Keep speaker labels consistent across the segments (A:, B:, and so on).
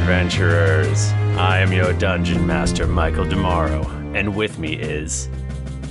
A: adventurers. I am your dungeon master, Michael Demaro, and with me is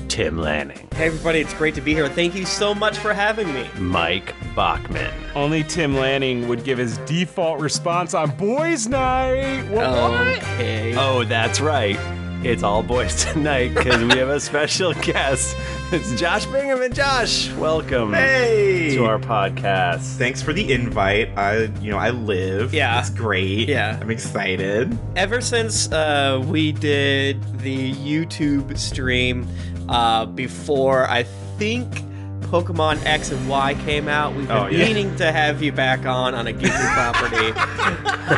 A: Tim Lanning,
B: Hey everybody, it's great to be here. Thank you so much for having me.
A: Mike Bachman,
C: Only Tim Lanning would give his default response on boys' night. What?
B: Okay.
A: Oh, that's right. It's all boys tonight because we have a special guest. It's Josh Bingham and Josh. Welcome
D: Hey!
A: to our podcast.
D: Thanks for the invite. I, you know, I live.
B: Yeah.
D: It's great.
B: Yeah.
D: I'm excited.
B: Ever since uh, we did the YouTube stream uh, before, I think Pokemon X and Y came out, we've been
D: Oh, yeah.
B: meaning to have you back on on a Geeky property,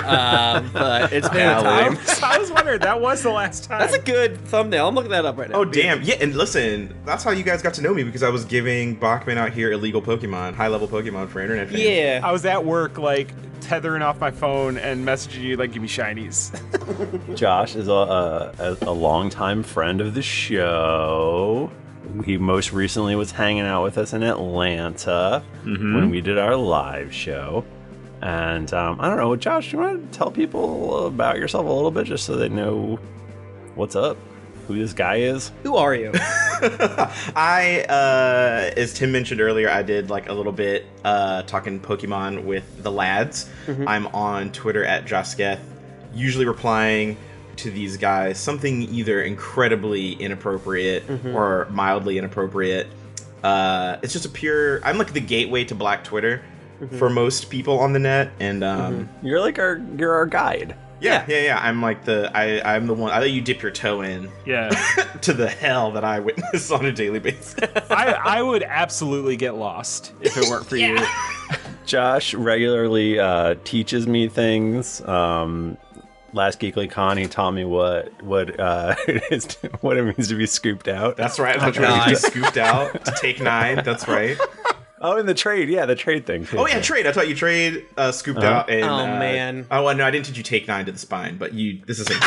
B: uh, but it's been a
D: Valid.
B: time.
C: I was wondering. That was the last time.
B: That's a good thumbnail. I'm looking that up right now.
D: Oh, damn. Yeah, and listen, that's how you guys got to know me because I was giving Bachman out here illegal Pokemon, high level Pokemon for internet. fans.
B: Yeah.
C: I was at work, like tethering off my phone and messaging you, like, "Give me shinies."
A: Josh is a, a, a longtime friend of the show. He most recently was hanging out with us in Atlanta when we did our live show. And um, I don't know, Josh, do you want to tell people about yourself a little bit just so they know what's up, who this guy is?
B: Who are you?
D: I, uh, as Tim mentioned earlier, I did like a little bit uh, talking Pokemon with the lads. I'm on Twitter at Josketh, usually replying to these guys something either incredibly inappropriate or mildly inappropriate. Uh, it's just a pure. I'm like the gateway to Black Twitter
C: Mm-hmm.
D: for most people on the net, and um,
C: Mhm.
A: You're like our you're our guide.
D: yeah, yeah, yeah. I'm like the I, I'm the one. I let you dip your toe in
C: yeah,
D: to the hell that I witness on a daily basis.
C: I, I would absolutely get lost if it weren't for you.
A: Josh regularly uh, teaches me things. Um, last Geekly Con, he taught me what what uh, it is to, what it means to be scooped out.
D: That's right. That's right. Be scooped out to take nine. That's right.
A: Oh, and the trade, yeah, the trade thing. Too.
D: Oh yeah, trade. I taught you trade, uh, scooped
A: Uh-huh.
D: out, and
B: Oh,
D: uh,
B: man.
D: Oh well, no, I didn't teach you take nine to the spine, but you. This is it.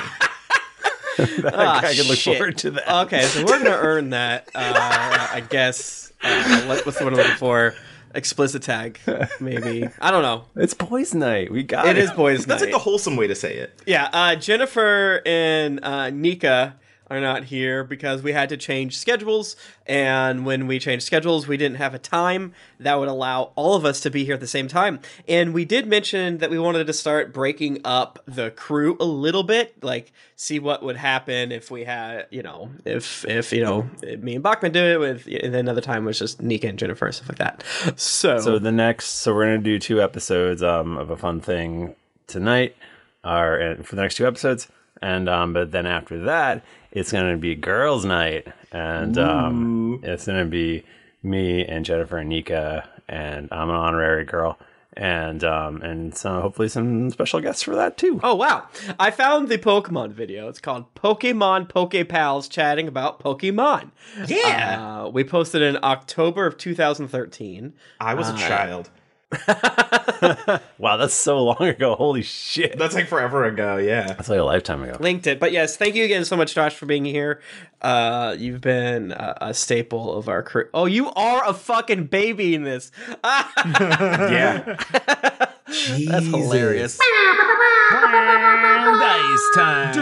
B: Ah,
A: I can look
B: shit.
A: forward to that.
B: Okay, so we're gonna earn that. Uh, I guess. Uh, what- what's the word I'm looking for? Explicit tag, maybe. I don't know.
A: It's boys' night. We got
B: It
A: it.
B: is boys'
D: That's
B: night.
D: like the wholesome way to say it.
B: yeah, uh, Jennifer and uh, Nika are not here because we had to change schedules, and when we changed schedules, we didn't have a time that would allow all of us to be here at the same time. And we did mention that we wanted to start breaking up the crew a little bit, like see what would happen if we had, you know, if if you know, me and Bachman do it with, and then another time was just Nika and Jennifer and stuff like that. So,
A: So the next, so we're gonna do two episodes um, of a fun thing tonight, or uh, for the next two episodes, and um, but then after that, it's gonna be girls' night, and um, it's gonna be me and Jennifer and Nika, and I'm an honorary girl, and um, and some hopefully some special guests for that too.
B: Oh wow! I found the Pokemon video. It's called Pokemon Poke Pals chatting about Pokemon.
D: Yeah.
B: Uh, we posted it in October of 2013.
D: I
B: Uh,
D: was a child.
A: Wow, that's so long ago. Holy shit,
D: That's like forever ago. Yeah.
A: that's like a lifetime ago.
B: Linked it, but yes, thank you again so much, Josh, for being here. Uh, you've been a, a staple of our crew. Oh, you are a fucking baby in this.
D: Yeah.
B: That's hilarious.
C: Dice time.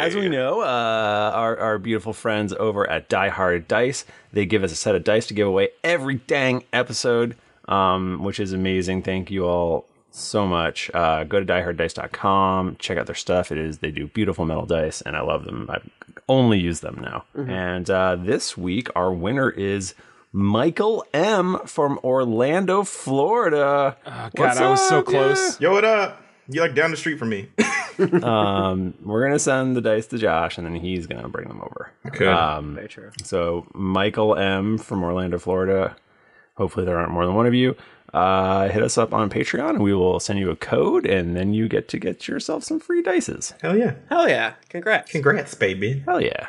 A: As we know, uh, our, our beautiful friends over at Die Hard Dice, they give us a set of dice to give away every dang episode, um, which is amazing. Thank you all so much. Uh, go to dieharddice.com, check out their stuff. It is they do beautiful metal dice, and I love them. I only use them now.
C: Mm-hmm.
A: And uh, this week, our winner is Michael M from Orlando, Florida. Oh,
C: God, I was so close.
D: Yo, what up? You like down the street from me?
A: Um, We're gonna send the dice to Josh, and then he's gonna bring them over. Um,
D: Okay.
B: Very true.
A: So Michael M from Orlando, Florida. Hopefully there aren't more than one of you. Uh, hit us up on Patreon, and we will send you a code, and then you get to get yourself some free dices.
D: Hell yeah.
B: Hell yeah! Congrats.
D: Congrats, baby.
A: Hell yeah!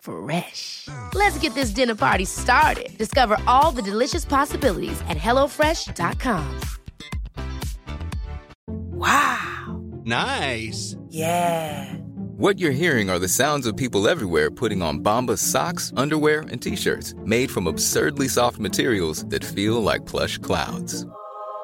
E: Fresh. Let's get this dinner party started. Discover all the delicious possibilities at hellofresh.com.
F: Nice.
G: What you're hearing are the sounds of people everywhere putting on Bombas socks, underwear, and t-shirts made from absurdly soft materials that feel like plush clouds.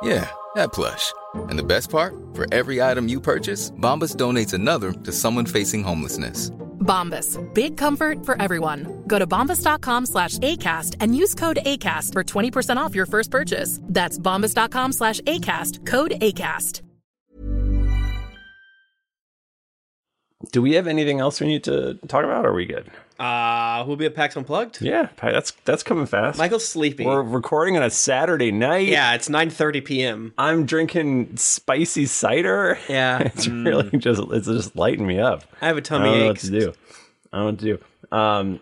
G: Yeah, that plush. And the best part? For every item you purchase, Bombas donates another to someone facing homelessness.
H: Bombas. Big comfort for everyone. Go to bombas.com slash ACAST and use code ACAST for 20% off your first purchase. That's bombas.com slash ACAST. Code ACAST.
A: Do we have anything else we need to talk about? Or are we good?
B: Uh, we'll be at PAX Unplugged.
A: Yeah, that's that's coming fast.
B: Michael's sleepy.
A: We're recording on a Saturday night.
B: yeah, it's 9:30 p.m.
A: I'm drinking spicy cider.
B: Yeah.
A: It's really just it's just lighting me up.
B: Mm. I have a
A: I
B: tummy
A: don't know
B: ache.
A: what to do. I don't know what to do. Um,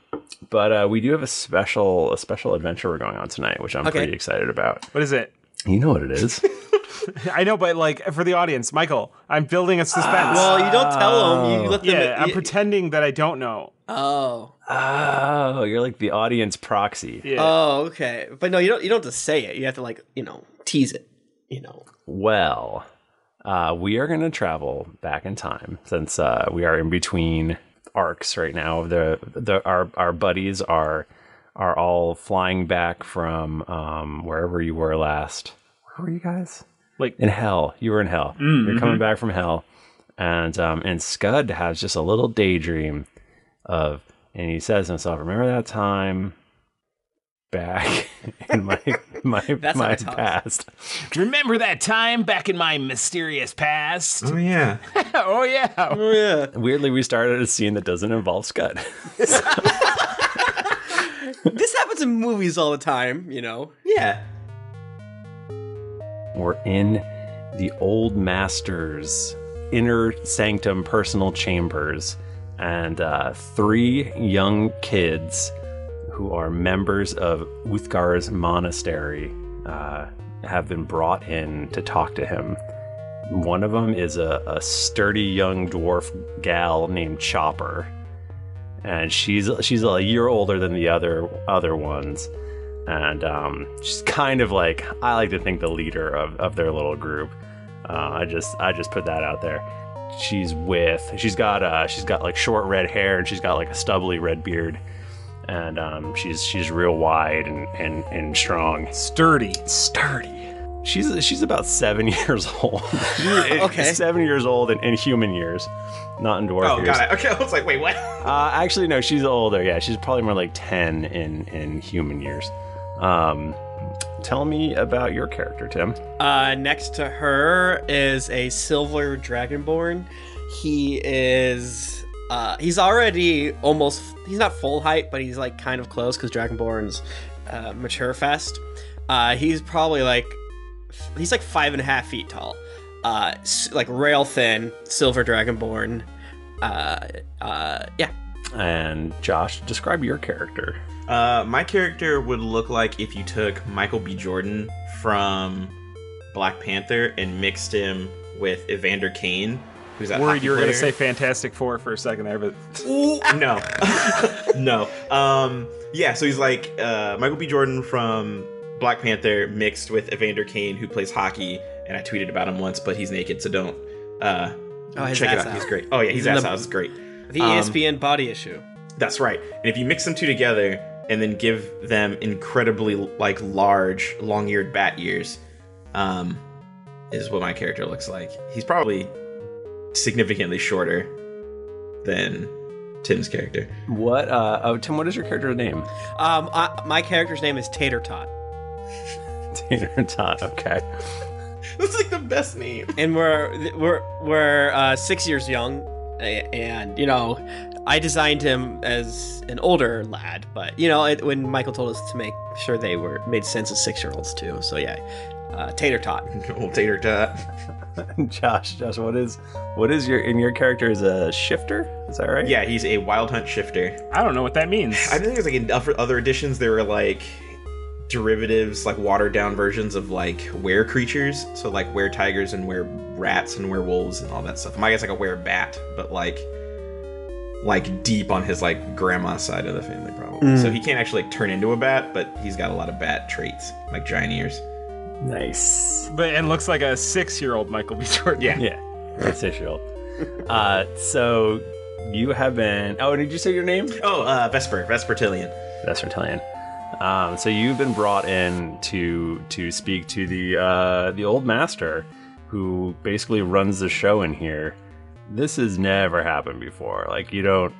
A: but uh, we do have a special a special adventure we're going on tonight, which I'm
B: Okay.
A: pretty excited about.
C: What is it?
A: You know what it is.
C: I know, but like for the audience, Michael, I'm building a suspense.
B: Well, you don't tell them. You let them.
C: yeah, I'm
B: you-
C: pretending that I don't know.
B: oh,
A: oh, you're like the audience proxy.
C: Yeah.
B: oh, okay. But no, you don't. You don't have to say it. You have to like you know tease it. You know.
A: Well, uh, we are going to travel back in time since uh, we are in between arcs right now. The the our our buddies are are all flying back from um, wherever you were last. Where were you guys?
C: Like- Mm, mm-hmm.
A: in hell. You were in hell. You're coming back from hell, and um, and Scud has just a little daydream of, and he says to himself, "Remember that time." Back in my my
B: That's how
A: my
B: it sounds.
A: past,
C: Remember that time back in my mysterious past?
D: Oh yeah.
C: oh yeah.
B: Oh yeah.
A: Weirdly, we started a scene that doesn't involve Scud.
B: this happens in movies all the time. You know.
D: Yeah.
A: We're in the old master's inner sanctum personal chambers, and uh, three young kids who are members of Uthgar's monastery uh, have been brought in to talk to him. One of them is a, a sturdy young dwarf gal named Chopper, and she's she's a year older than the other other ones, and um, she's kind of like I like to think the leader of, of their little group. Uh, I just I just put that out there. She's with she's got uh she's got like short red hair and she's got like a stubbly red beard, and um, she's she's real wide and and, and strong,
C: Sturdy.
A: sturdy. She's she's about seven years old.
B: Okay.
A: seven years old in, in human years, not in dwarf
D: Oh
A: years.
D: got it. Okay, I was like, wait, what?
A: Uh, actually, no, she's older. Yeah, she's probably more like ten in in human years. Um, tell me about your character, Tim.
B: Uh, next to her is a silver dragonborn. He is. Uh, he's already almost. He's not full height, but he's like kind of close because dragonborns uh, mature fast. Uh, he's probably like. He's like five and a half feet tall. Uh, s- like rail thin, silver dragonborn. Uh, uh, yeah.
A: And Josh, describe your character.
D: Uh, my character would look like if you took Michael B. Jordan from Black Panther and mixed him with Evander Kane, who's that
C: Worried
D: hockey
C: you were gonna
D: player.
C: say Fantastic Four for a second there, but
D: no, no. Um, yeah, so he's like uh, Michael B. Jordan from Black Panther mixed with Evander Kane, who plays hockey, and I tweeted about him once, but he's naked, so don't uh,
B: Oh, his
D: check it
B: ass
D: out.
B: out.
D: He's great. Oh yeah, he's
B: in
D: ass
B: the-
D: out. It's great.
B: The E
D: Um,
B: ESPN body issue.
D: That's right. And if you mix them two together and then give them incredibly like large, long-eared bat ears, um, is what my character looks like. He's probably significantly shorter than Tim's character.
A: What? Uh, oh, Tim, what is your character name?
B: Um, I, my character's name is Tater Tot,
A: Tater Tot. Okay.
D: That's like the best name.
B: and we're we're we're uh, six years young, a- and you know, I designed him as an older lad, but you know, it, when Michael told us to make sure they were made sense as six year olds too, so yeah, uh, Tater Tot.
D: Old tater tot.
A: Josh, Josh, what is what is your and your character is a shifter? Is that right?
D: Yeah, he's a wild hunt shifter.
C: I don't know what that means.
D: I think there's like in other other editions there were like derivatives, like watered down versions of like were creatures. So like were tigers and were rats and werewolves and all that stuff. My guy's like a were bat, but like like deep on his like grandma side of the family probably. So
A: Mm.
D: he can't actually like turn into a bat, but he's got a lot of bat traits, like giant ears.
A: Nice.
C: but and looks like a six-year-old Michael B. Jordan.
D: Yeah.
A: Yeah. That's issue. Uh, so you have been. Oh, did you say your name?
D: Oh, uh, Vesper, Vespertillion.
A: That's Vertillion. Um, so you've been brought in to to speak to the uh, the old master, who basically runs the show in here. This has never happened before. Like you don't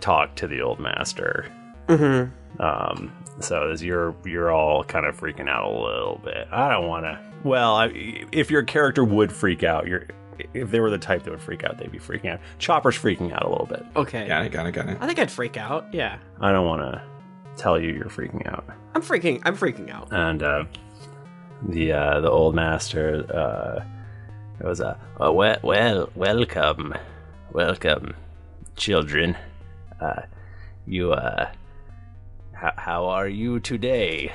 A: talk to the old master. Mm-hmm. Um, so as you're you're all kind of freaking out a little bit. I don't want to. Well, I, if your character would freak out, you're if they were the type that would freak out, they'd be freaking out. Chopper's freaking out a little bit.
B: Okay,
D: Got it, got it, got it.
B: I think I'd freak out. Yeah,
A: I don't want to tell you you're freaking out.
B: I'm freaking. I'm freaking out.
A: and uh, the uh, the old master uh, it was a uh, well, well welcome welcome children uh, you uh how, how are you today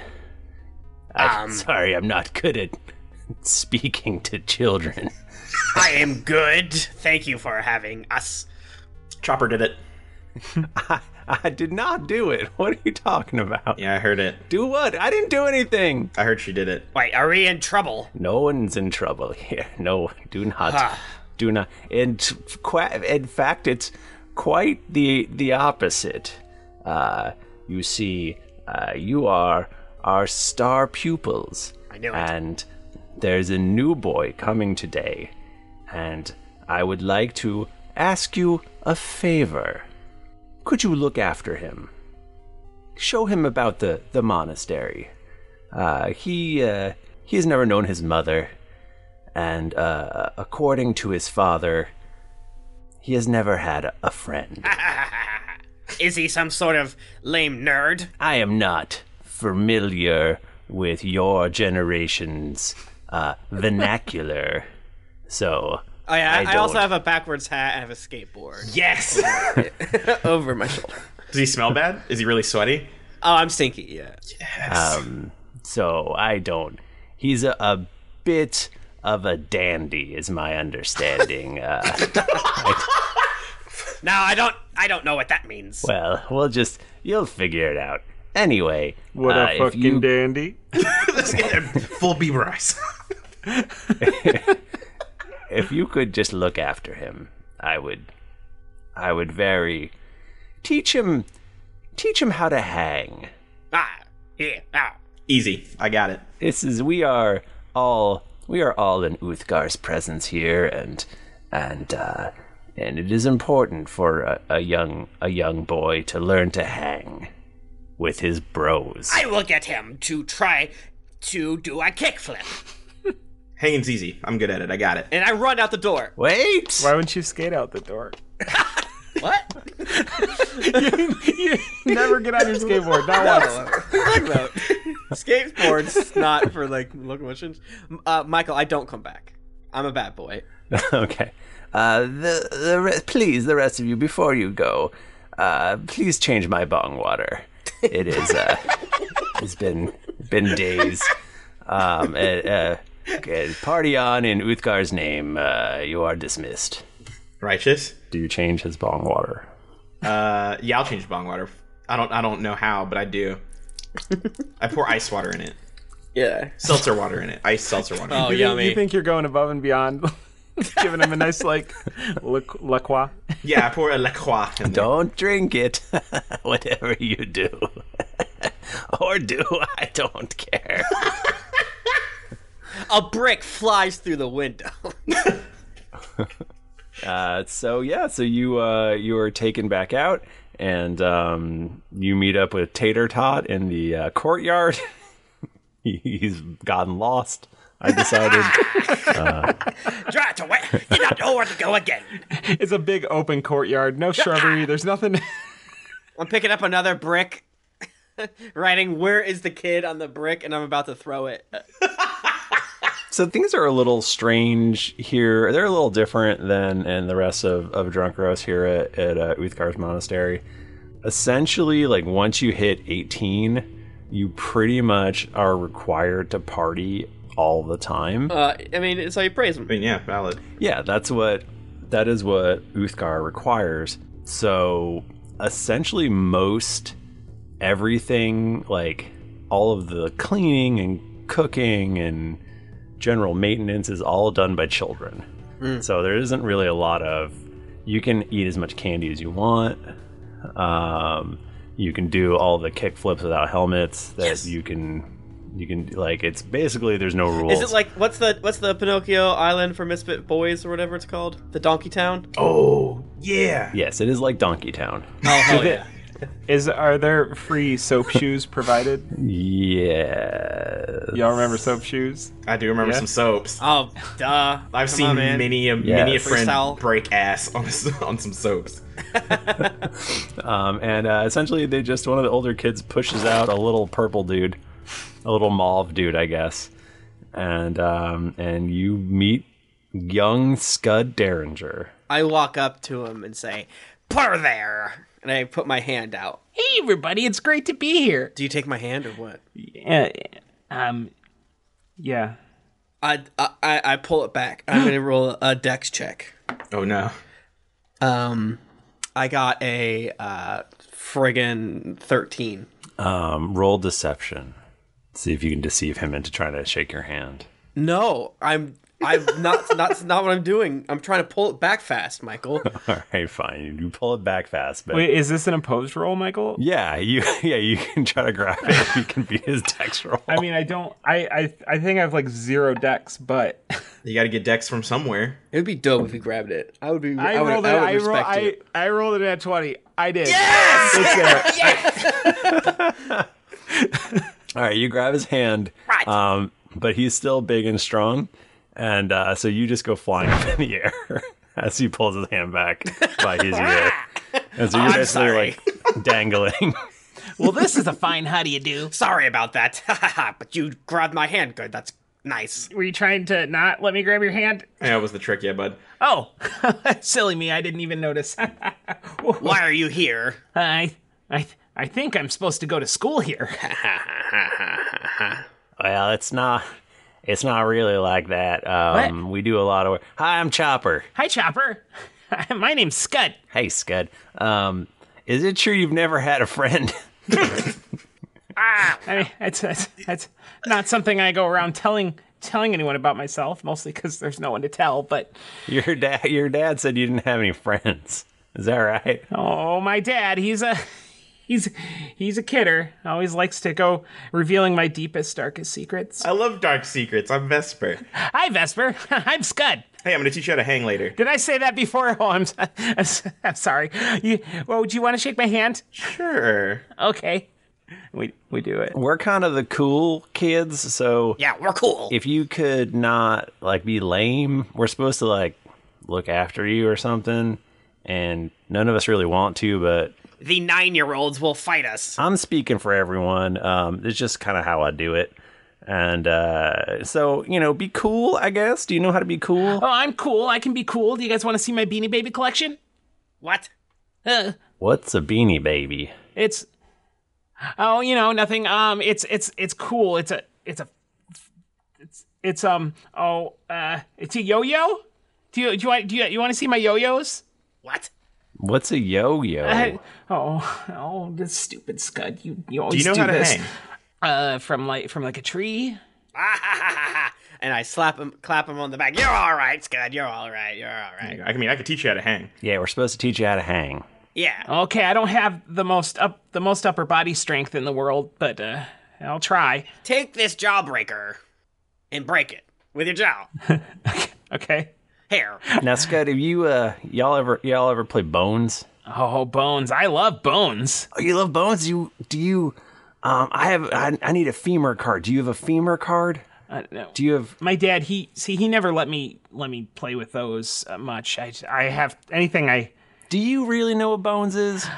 D: Um.
A: I'm sorry I'm not good at speaking to children
B: I am good. Thank you for having us.
D: Chopper did it.
A: I, I did not do it what are you talking about
D: Yeah, I heard it.
A: do what I didn't do anything
D: I heard she did it.
B: Wait, are we in trouble?
A: No one's in trouble here. No, do not, do not. And qu- in fact, it's quite the the opposite. Uh, you see, uh, you are our star pupils. I
B: knew it.
A: And there's a new boy coming today, and I would like to ask you a favor. Could you look after him? Show him about the the monastery. Uh, he uh, he has never known his mother, and uh, according to his father, he has never had a friend.
B: Is he some sort of lame nerd?
A: I am not familiar with your generation's uh, vernacular, so
B: Oh yeah, I, I also
A: don't.
B: have a backwards hat. I have a skateboard
D: Yes.
B: over my shoulder.
D: Does he smell bad? Is he really sweaty?
B: Oh, I'm stinky. Yeah.
A: Um, so I don't. He's a, a bit of a dandy, is my understanding. uh,
B: No, I don't. I don't know what that means.
A: well, we'll just you'll figure it out. Anyway,
C: What
A: uh,
C: a
A: if
C: fucking
A: you
C: dandy.
D: Let's get him full Bieber eyes.
A: if you could just look after him, I would I would very teach him teach him how to hang.
B: Ah, yeah. Ah.
D: Easy. I got it.
A: This is we are all we are all in Uthgar's presence here and and uh and it is important for a, a young a young boy to learn to hang with his bros.
B: I will get him to try to do a kickflip,
D: Hanging's easy. I'm good at it. I got it.
B: and I run out the door.
A: Wait.
C: Why wouldn't you skate out the door?
B: What?
C: you never get on your skateboard. Not once.
B: Skateboards, not for like locomotions. M- Uh, Michael, I don't come back. I'm a bad boy.
A: okay. Uh, the the re- please the rest of you before you go, uh, please change my bong water. It is uh, it's been been days. Um, uh, uh, okay, party on in Uthgar's name. Uh, you are dismissed.
D: Righteous.
A: Do you change his bong water?
D: Uh, yeah, I'll change bong water. I don't. I don't know how, but I do. I pour ice water in it.
B: Yeah.
D: seltzer water in it. Ice seltzer water.
B: Oh,
D: in it.
C: you, think-
B: yummy.
C: you think you're going above and beyond, giving him a nice like la, la croix?
D: Yeah, I pour a La Croix in there.
A: Don't drink it, whatever you do. or do, I don't care.
B: A brick flies through the window.
A: Uh, so yeah, so you uh, you are taken back out, and um, you meet up with Tater Tot in the uh, courtyard. He- He's gotten lost. I decided.
B: Drive away. Did not know where to go again.
C: It's a big open courtyard, no shrubbery. There's nothing.
B: I'm picking up another brick, writing "Where is the kid?" on the brick, and I'm about to throw it.
A: so things are a little strange here. They're a little different than in the rest of, of Drunk Rose here at, at uh, Uthgar's Monastery. Essentially, like once you hit 18, you pretty much are required to party all the time.
B: Uh, I mean, it's how you praise him.
D: I mean, yeah, valid.
A: Yeah, that's what that is what Uthgar requires. So essentially most everything like all of the cleaning and cooking and general maintenance is all done by children.
B: Hmm.
A: So there isn't really a lot of you can eat as much candy as you want. Um, you can do all the kick flips without helmets that you can you can like it's basically there's no rules.
B: Is it like what's the what's the Pinocchio Island for Misfit Boys or whatever it's called? The Donkey Town.
D: Oh, yeah.
A: Yes, it is like Donkey Town.
B: Oh hell yeah!
C: Is are there free soap shoes provided?
A: Yeah.
C: Y'all remember soap shoes?
D: I do remember some soaps.
B: Oh duh!
D: I've seen many a many a
A: Yes.
D: friend
B: Freestyle.
D: break ass on s- on some soaps.
A: Um, and uh, essentially, they just one of the older kids pushes out a little purple dude, a little mauve dude, I guess, and um, and you meet young Scud Derringer.
B: I walk up to him and say, "Par there," and I put my hand out.
F: Hey, everybody, it's great to be here.
B: Do you take my hand or what?
C: Yeah. Um. Yeah.
B: I I, I I pull it back. I'm gonna roll a dex check.
D: Oh no.
B: Um, I got a uh friggin' thirteen.
A: Um, roll deception. See if you can deceive him into trying to shake your hand.
B: No, I'm I'm not that's not what I'm doing. I'm trying to pull it back fast, Michael.
A: All right, fine. You pull it back fast, but
C: Wait, is this an opposed roll, Michael?
A: yeah, you yeah you can try to grab it. You can beat his dex roll.
C: I mean, I don't. I I I think I have like zero decks, but
D: You got to get Dex from somewhere.
B: It would be dope if you grabbed it. I would be. I,
C: I,
B: would,
C: rolled it.
B: I would
C: I, roll,
B: respect
C: I,
B: it.
C: I rolled it at twenty. I did. Yes. It's there.
A: All right, you grab his hand, right? Um, but he's still big and strong, and uh, so you just go flying up in the air as he pulls his hand back by his ear, and so you're basically like dangling.
F: Well, this is a fine how do you do.
B: Sorry about that, but you grabbed my hand. Good, that's nice.
F: Were you trying to not let me grab your hand?
D: Yeah, that was the trick, yeah, bud.
F: Oh, silly me, I didn't even notice.
B: Why are you here?
F: I, I, I think I'm supposed to go to school here.
A: well, it's not. It's not really like that. Um, we do a lot of work. Hi, I'm Chopper.
F: Hi, Chopper. My name's Scud.
A: Hey, Scud. Um, is it true you've never had a friend?
F: I mean, it's, it's, it's not something I go around telling telling anyone about myself, mostly because there's no one to tell. But
A: Your dad. Your dad said you didn't have any friends. Is that right?
F: oh, my dad, he's a he's he's a kidder. Always likes to go revealing my deepest, darkest secrets.
D: I love dark secrets. I'm Vesper.
F: Hi, Vesper. I'm Scud.
D: Hey, I'm gonna teach you how to hang later.
F: Did I say that before? Oh, I'm s- I'm, s- I'm sorry. You, well, would you want to shake my hand?
D: Sure.
F: Okay. We we do it.
A: We're kind of the cool kids, so
B: Yeah, we're cool.
A: if you could not like be lame, we're supposed to like look after you or something. And none of us really want to, but
B: The nine-year-olds will fight us.
A: I'm speaking for everyone. Um, it's just kind of how I do it. And uh, so, you know, be cool, I guess. Do you know how to be cool?
F: Oh, I'm cool. I can be cool. Do you guys want to see my Beanie Baby collection?
B: What?
F: Uh,
A: What's a beanie baby?
F: it's oh, you know, nothing. Um, it's it's it's cool. It's a it's a it's it's um oh uh it's a yo-yo. Do you do you want do you, you want to see my yo-yos?
B: What?
A: What's a yo yo?
F: I- oh oh, this stupid scud. You you always
D: Do you know how to
F: this.
D: hang?
F: Uh, from like from like a tree.
I: and I slap him, clap him on the back. You're all right, Scud. You're all right. You're all right.
D: I mean, I could teach you how to hang.
A: Yeah, we're supposed to teach you how to hang.
I: Yeah.
F: Okay, I don't have the most up the most upper body strength in the world, but uh, I'll try.
I: Take this jawbreaker and break it with your jaw.
F: Okay.
I: Here.
A: Now, Scott, have you uh, y'all ever y'all ever play Bones?
F: Oh, bones! I love bones.
A: Oh, you love Bones? You do you? Um, I have I, I need a femur card. Do you have a femur card?
F: I, Uh, no.
A: Do you have?
F: My dad, he see, he never let me let me play with those uh, much. I I have anything I.
A: Do you really know what Bones is?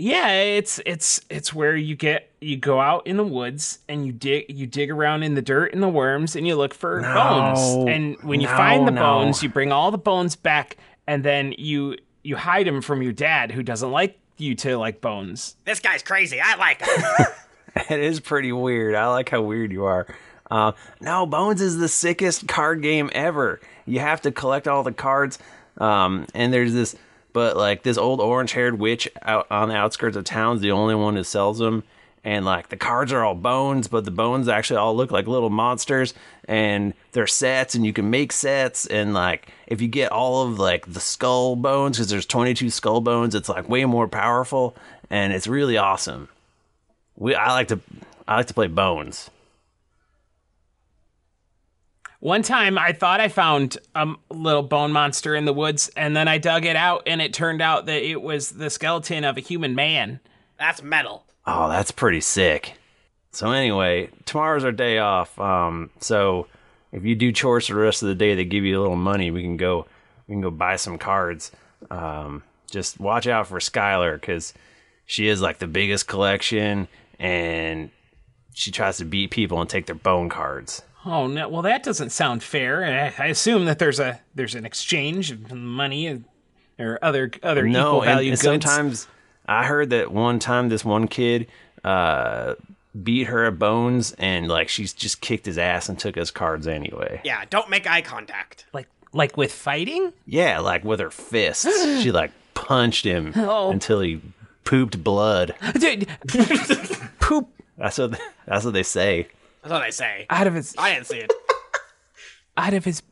F: Yeah, it's it's it's where you get you go out in the woods and you dig you dig around in the dirt and the worms and you look for bones. And when you
A: No,
F: find the
A: no.
F: bones, you bring all the bones back and then you you hide them from your dad who doesn't like you to like bones.
I: This guy's crazy. I like him.
A: it is pretty weird. I like how weird you are. Uh, no, Bones is the sickest card game ever. You have to collect all the cards, um, and there's this, but like this old orange-haired witch out on the outskirts of town's the only one who sells them. And like the cards are all bones, but the bones actually all look like little monsters, and they're sets, and you can make sets, and like if you get all of like the skull bones, because there's 22 skull bones, it's like way more powerful, and it's really awesome. We I like to I like to play bones.
F: One time I thought I found a m- little bone monster in the woods and then I dug it out and it turned out that it was the skeleton of a human man.
I: That's metal.
A: Oh, that's pretty sick. So anyway, tomorrow's our day off. Um, so if you do chores for the rest of the day, they give you a little money. We can go we can go buy some cards. Um, just watch out for Skylar because she is like the biggest collection, and she tries to beat people and take their bone cards.
F: Oh no! Well, that doesn't sound fair. I- I assume that there's a there's an exchange of money and- or other other equal
A: no, and,
F: value
A: and
F: goods.
A: sometimes I heard that one time this one kid uh, beat her at bones, and like she's just kicked his ass and took his cards anyway.
I: Yeah. Don't make eye contact.
F: like like with fighting.
A: Yeah, like with her fists, she like punched him
F: Oh.
A: until he pooped blood.
F: Dude, poop
A: That's what that's what they say.
I: That's what I say.
F: out of his
I: I didn't see it.
F: out of his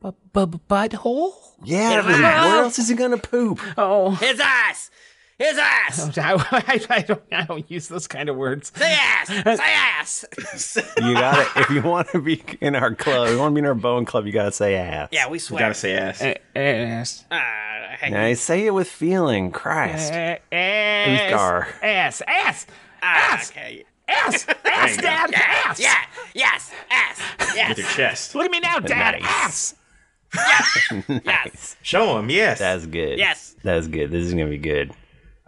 F: bu- bu- bu- butthole.
A: Yeah, but where else is he gonna poop?
F: Oh,
I: His ass. His ass.
F: I, I, I don't I don't use those kind of words.
I: Say ass. Say ass.
A: You gotta if you want to be in our club, if you want to be in our bone club, you gotta say ass.
I: Yeah, we
D: You
I: swear.
D: gotta say ass.
F: A- Ass,
I: Ah, hey,
A: Now, you say it with feeling, Christ.
F: A-
A: Uthgar.
F: ass, ass,
I: ah,
F: ass,
I: okay.
F: ass, ass, dad, ass.
I: Yeah. Yes. Ass.
D: With your
I: Yes.
D: chest.
F: Look at me now, dad,
A: Nice.
F: ass.
I: yes.
D: Show him, yes.
A: That's good.
I: Yes.
A: That's good. This is gonna be good.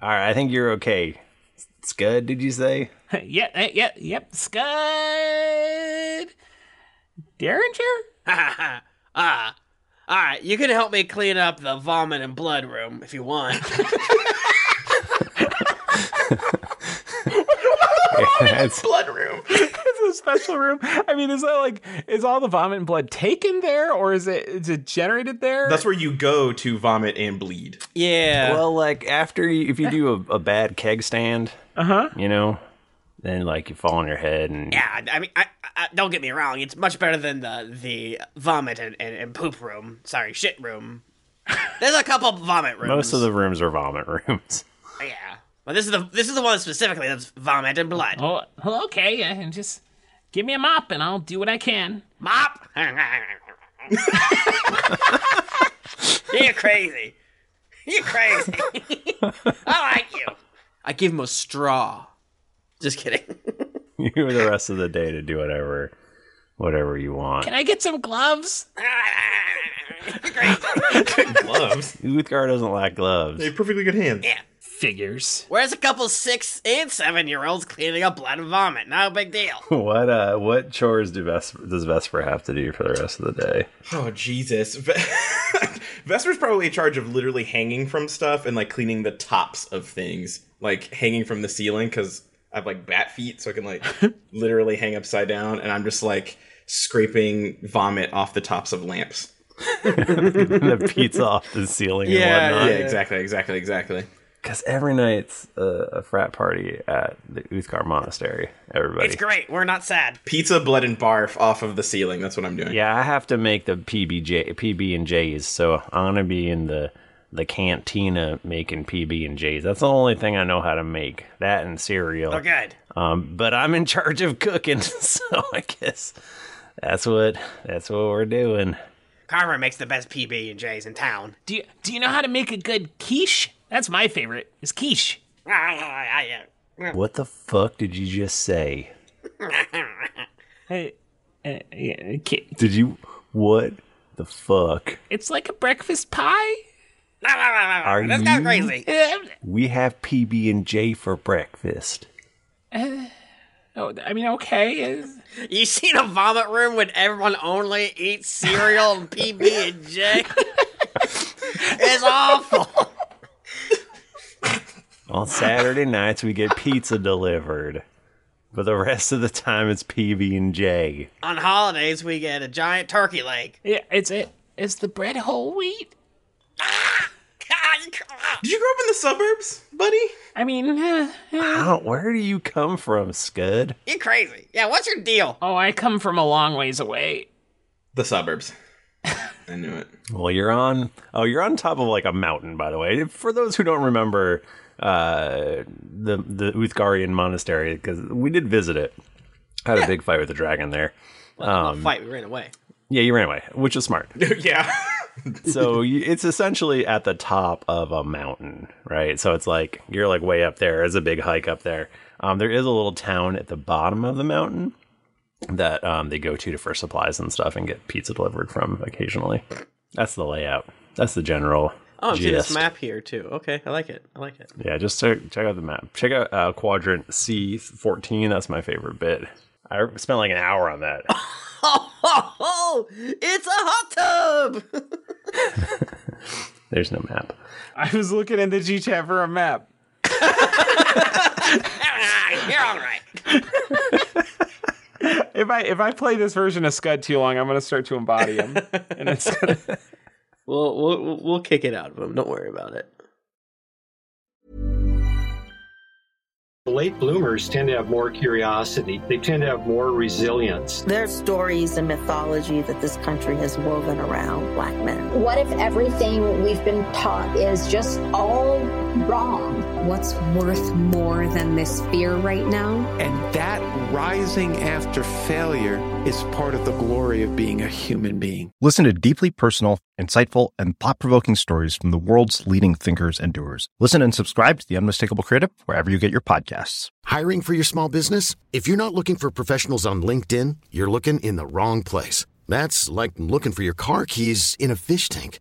A: All right, I think you're okay. Scud, did you say?
F: Yeah, uh, yeah, yep. Scud. Derringer?
I: Ah. All right, you can help me clean up the vomit and blood room if you want.
A: That's-
D: blood room.
F: It's a special room. I mean, is that like is all the vomit and blood taken there, or is it is it generated there?
D: That's where you go to vomit and bleed.
I: yeah.
A: well, like after you, if you do a, a bad keg stand, uh huh, you know, then like you fall on your head and
I: Uh-huh. yeah, I- I mean, I, I, don't get me wrong. It's much better than the the vomit and, and, and poop room. Sorry, shit room. There's a couple vomit rooms.
A: most of the rooms are vomit rooms.
I: yeah, but this is the this is the one specifically that's vomit and blood.
F: Oh, okay. yeah, And just give me a mop, and I'll do what I can.
I: Mop. You're crazy. You're crazy. I like you. I give him a straw. Just kidding.
A: you have the rest of the day to do whatever, whatever you want.
F: Can I get some gloves?
I: You're crazy.
D: Gloves.
A: Uthgar doesn't like gloves.
D: they have perfectly good hands.
F: Figures.
I: Where's a couple six and seven year olds cleaning up blood and vomit? No big deal.
A: What uh, what chores do Vesper, does Vesper have to do for the rest of the day?
D: Oh Jesus. Ve- Vesper's probably in charge of literally hanging from stuff and like cleaning the tops of things, like hanging from the ceiling because I have like bat feet, so I can like literally hang upside down, and I'm just like scraping vomit off the tops of lamps.
A: the pizza off the ceiling.
I: Yeah,
A: and whatnot.
D: Yeah, exactly, exactly, exactly.
A: because every night's a, a frat party at the Uthgar Monastery. Everybody,
B: It's great. We're not sad.
D: Pizza, blood, and barf off of the ceiling. That's what I'm doing.
A: Yeah, I have to make the PBJ, PB and J's, so I'm gonna be in the the cantina making PB and J's. That's the only thing I know how to make. That and cereal.
B: They're good.
A: Um, but I'm in charge of cooking, so I guess that's what that's what we're doing.
B: Karma makes the best PB and J's in town.
F: Do you do you know how to make a good quiche? That's my favorite. Is quiche.
B: Ah,
A: What the fuck did you just say?
F: Hey, uh, yeah, qui-
A: Did you what the fuck?
F: It's like a breakfast pie.
A: Are
B: That's not
A: you-
B: crazy.
F: Um,
A: We have PB and J for breakfast.
F: Oh, I mean, okay. uh,
B: You seen a vomit room when everyone only eats cereal and PB and J? It's awful.
A: On Saturday nights we get pizza delivered. But the rest of the time it's PB and J.
B: On holidays, we get a giant turkey leg.
F: Yeah, it's it. Is the bread whole wheat?
D: Did you grow up in the suburbs, buddy?
F: I mean, uh,
A: Wow, where do you come from, Scud?
B: You're crazy. Yeah, what's your deal?
F: oh, I come from a long ways away.
D: The suburbs. I knew it.
A: Well, you're on. Oh, you're on top of like a mountain, by the way. For those who don't remember, uh, the the Uthgarian monastery, because we did visit it, had a big fight with the dragon there. Um,
B: Fight, we ran away.
A: Yeah, you ran away, which is smart.
D: yeah.
A: so you, it's essentially at the top of a mountain, right? So it's like you're like way up there. It's a big hike up there. Um, there is a little town at the bottom of the mountain that um, they go to to for supplies and stuff and get pizza delivered from occasionally. That's the layout. That's the general.
B: Oh, I'm seeing this
A: gist.
B: map here too. Okay, I like it. I like it.
A: Yeah, just check, check out the map. Check out uh, quadrant C14. That's my favorite bit. I spent like an hour on that.
B: Oh, oh, oh it's a hot tub.
A: There's no map.
C: I was looking in the GTAB for a map.
B: Ah, You're all right.
C: If I if I play this version of Scud too long, I'm gonna start to embody him. and it's gonna...
B: We'll, we'll we'll kick it out of him. Don't worry about it.
J: Late bloomers tend to have more curiosity. They tend to have more resilience.
K: There's stories and mythology that this country has woven around black men.
J: What if everything we've been taught is just all wrong? What's worth more than this fear right now?
K: And that rising after failure is part of the glory of being a human being.
J: Listen to deeply personal, insightful, and thought provoking stories from the world's leading thinkers and doers. Listen and subscribe to The Unmistakable Creative wherever you get your podcasts.
K: Hiring for your small business? If you're not looking for professionals on LinkedIn, you're looking in the wrong place. That's like looking for your car keys in a fish tank.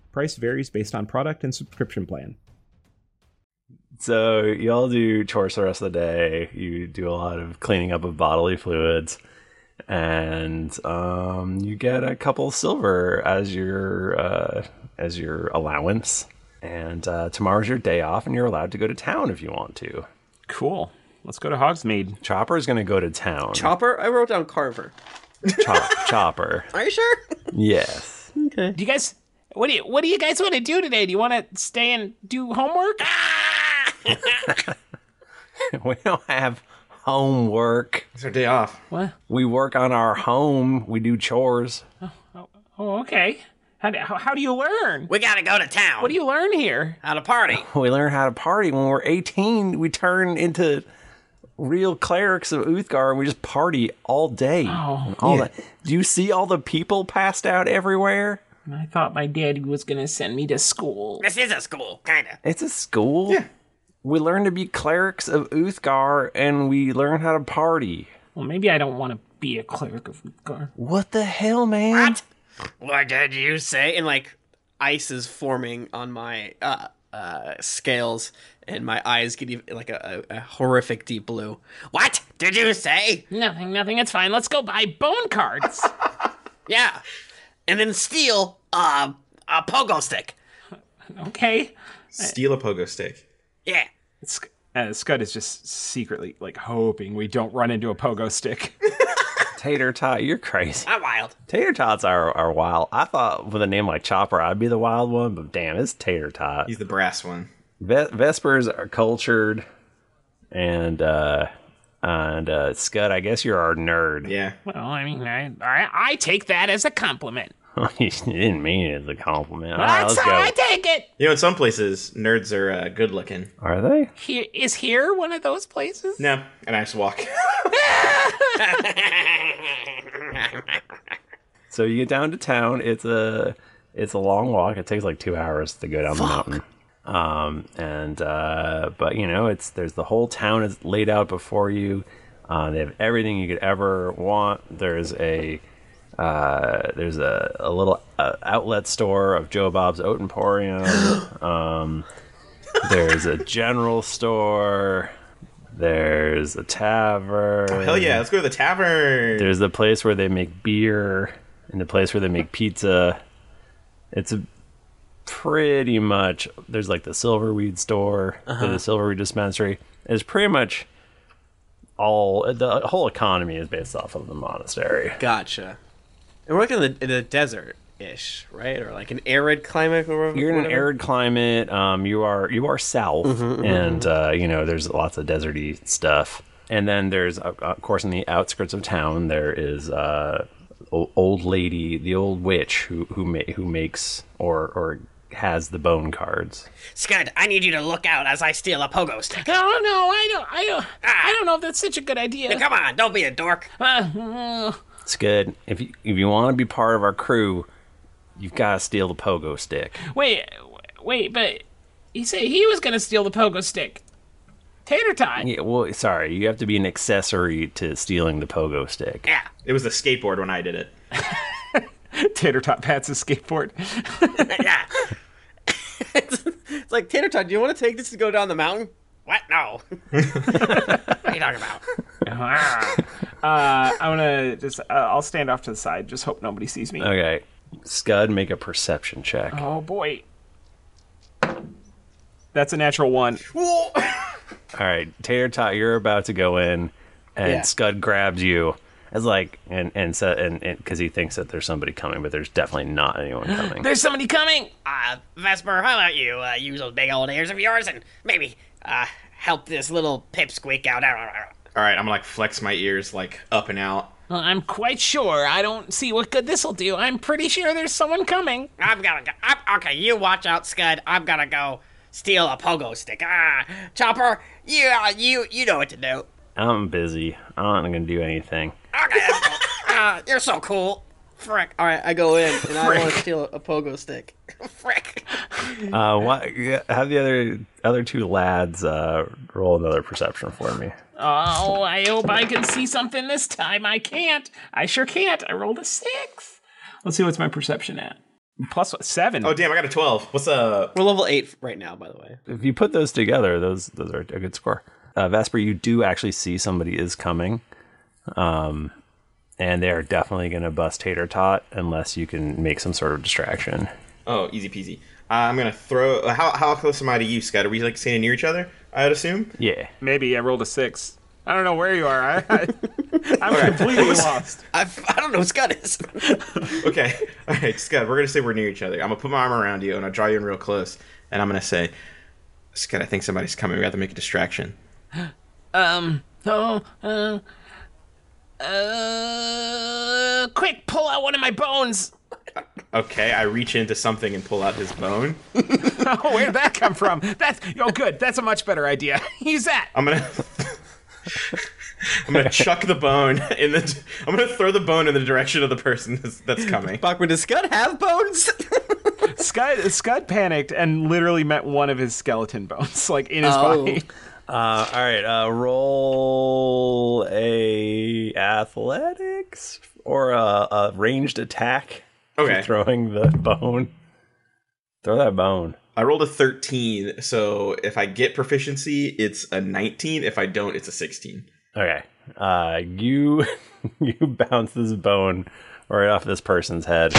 C: Price varies based on product and subscription plan.
A: So y'all do chores the rest of the day. You do a lot of cleaning up of bodily fluids, and um, you get a couple silver as your uh, as your allowance. And uh, tomorrow's your day off, and you're allowed to go to town if you want to.
F: Cool. Let's go to Hogsmeade.
A: Chopper's going to go to town.
B: Chopper? I wrote down Carver.
A: Chop, Chopper.
B: Are you sure?
A: Yes.
B: Okay.
F: Do you guys what do you what do you guys want to do today? Do you want to stay and do homework?
B: Ah!
A: we don't have homework.
D: It's our day off.
F: What?
A: We work on our home. We do chores.
F: Oh, okay. How do, how, how do you learn?
B: We gotta go to town.
F: What do you learn here?
B: At a party.
A: We learn how to party. When we're 18, we turn into real clerics of Uthgar and we just party all day.
F: Oh.
A: And all
F: Yeah.
A: that. Do you see all the people passed out everywhere?
F: I thought my daddy was gonna send me to school.
B: This is a school, kinda.
A: It's a school. Yeah. We learn to be clerics of Uthgar and we learn how to party.
F: Well, maybe I don't want to be a cleric of Uthgar.
A: What the hell, man?
B: What did you say? And like ice is forming on my uh, uh, scales, and my eyes get even, like a, a, a horrific deep blue. What did you say?
F: Nothing, nothing. It's fine. Let's go buy bone cards.
B: Yeah, and then steal uh, a pogo stick.
F: Okay.
D: Steal a pogo stick.
B: Yeah.
I: Uh, Scud is just secretly like hoping we don't run into a pogo stick.
A: Tater tot, you're crazy.
B: I'm wild.
A: Tater tots are, are wild. I thought with a name like Chopper, I'd be the wild one, but damn, it's tater tot. He's
D: the brass one.
A: Vespers are cultured, and uh, and uh, Scud, I guess you're our nerd.
D: Yeah,
F: Well, I mean, I, I, I take that as a compliment.
A: you didn't mean it as a
D: Uh,
A: compliment. All
F: Well,
A: right,
F: that's
A: let's
F: how
A: go.
F: I take it.
D: You know, in some places, nerds are uh, good looking.
A: Are they?
F: Here is here one of those places.
D: No, and I just walk.
A: So you get down to town. It's a it's a long walk. It takes like two hours to go down the mountain. Um, and uh, but you know, it's there's the whole town is laid out before you. Uh, they have everything you could ever want. There's a uh, there's a, a little uh, outlet store of Joe Bob's Oat Emporium. um, there's a general store. There's a tavern.
D: Oh, hell yeah, let's go to the tavern.
A: There's the place where they make beer and the place where they make pizza. It's a pretty much there's like the silverweed store,
B: Uh-huh.
A: the silverweed dispensary. It's pretty much all the whole economy is based off of the monastery.
B: Gotcha. And we're like in the, in the desert ish, right? Or like an arid climate or whatever.
A: You're in an arid climate. Um, you are you are south,
B: Mhm, mhm,
A: and uh, you know there's lots of deserty stuff. And then there's uh, of course in the outskirts of town there is uh, o- old lady, the old witch who who ma- who makes or or has the bone cards.
B: Scud, I need you to look out as I steal a pogo stick. Ah.
F: I don't know. Oh, I don't. I don't. I don't know if that's such a good idea.
B: Come on, don't be a dork.
F: Uh,
A: It's good if you if you want to be part of our crew, you've got to steal the pogo stick.
F: wait, wait, but he said he was gonna steal the pogo stick. Tater tot.
A: Yeah, well, sorry, you have to be an accessory to stealing the pogo stick.
F: Yeah.
D: It was the skateboard when I did it.
I: Tater tot pats his skateboard.
B: It's like, Tater Tot, do you want to take this to go down the mountain? What? No. what are you talking about?
F: Ah.
C: Uh-huh.
I: uh, I'm gonna just. Uh, I'll stand off to the side. Just hope nobody sees me.
A: Okay, Scud, make a perception check.
I: Oh boy. That's a natural one.
A: All right, Tater Tot, you're about to go in and
B: Yeah.
A: Scud grabs you. It's like and and so and because he thinks that there's somebody coming, but there's definitely not anyone coming.
F: There's somebody coming.
I: Uh, Vesper, how about you uh, use those big old ears of yours and maybe uh, help this little pipsqueak out?
D: All right, I'm gonna like flex my ears like up and out.
F: Well, I'm quite sure. I don't see what good this will do. I'm pretty sure there's someone coming.
I: I've got to go. I'm, okay, you watch out, Scud. I've got to go steal a pogo stick. Ah, Chopper, you uh, you you know what to do.
A: I'm busy. I'm not gonna do anything.
I: Ah, you're so cool. Frick.
B: All right, I go in and I want
I: Frick.
B: to steal a pogo stick.
A: Uh, what? yeah, Have the other other two lads uh, roll another perception for me.
F: Oh, I hope I can see something this time. I can't. I sure can't. I rolled a six. Let's see what's my perception at. Plus seven.
D: Oh damn, I got a twelve. What's up?
B: We're level eight right now, by the way.
A: If you put those together, those those are a good score. Uh, Vesper, you do actually see somebody is coming, um, and they are definitely gonna bust Tater Tot unless you can make some sort of distraction.
D: Oh, easy peasy. I'm gonna throw. uh, How how close am I to you, Scott? Are we like standing near each other? I'd assume.
A: Yeah.
D: Maybe I rolled a six.
C: I don't know where you are. I, I, I'm completely lost.
B: I've, I don't know what Scott is.
D: okay. All right, Scott. We're gonna say we're near each other. I'm gonna put my arm around you and I'll draw you in real close. And I'm gonna say, Scott, I think somebody's coming. We have to make a distraction.
F: Um. Oh. Uh. Uh. Quick, pull out one of my bones.
D: Okay. I reach into something and pull out his bone.
C: oh, where did that come from? That's oh, good. That's a much better idea. Use that.
D: I'm gonna. I'm gonna chuck the bone in the. I'm gonna throw the bone in the direction of the person that's, that's coming.
B: Bachman, does Scott have bones?
C: Scud Scud panicked and literally met one of his skeleton bones, like in his
A: Oh.
C: body.
A: Uh, all right, uh, roll a athletics or a, a ranged attack. for
D: Okay.
A: throwing the bone. Throw that bone.
D: I rolled a 13, so if I get proficiency, it's a 19. If I don't, it's a 16.
A: Okay. Uh, you you bounce this bone right off this person's head,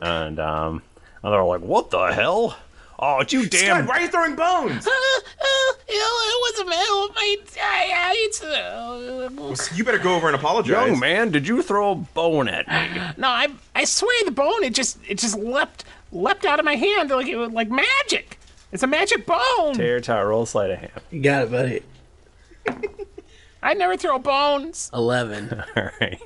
A: and um, and they're like, "What the hell? Oh, you damn!
D: why are you throwing
F: Uh,
D: bones?
F: it wasn't me. Oh, my. I, I, it's, uh,
D: You better go over and apologize.
A: Young man, did you throw a bone at me?
F: no, I. I swear the bone. It just. It just leapt. Leapt out of my hand like it was like magic. It's a magic bone.
A: Tear, tear, roll sleight of hand.
B: You got it, buddy.
F: I never throw bones.
B: 11.
A: All right.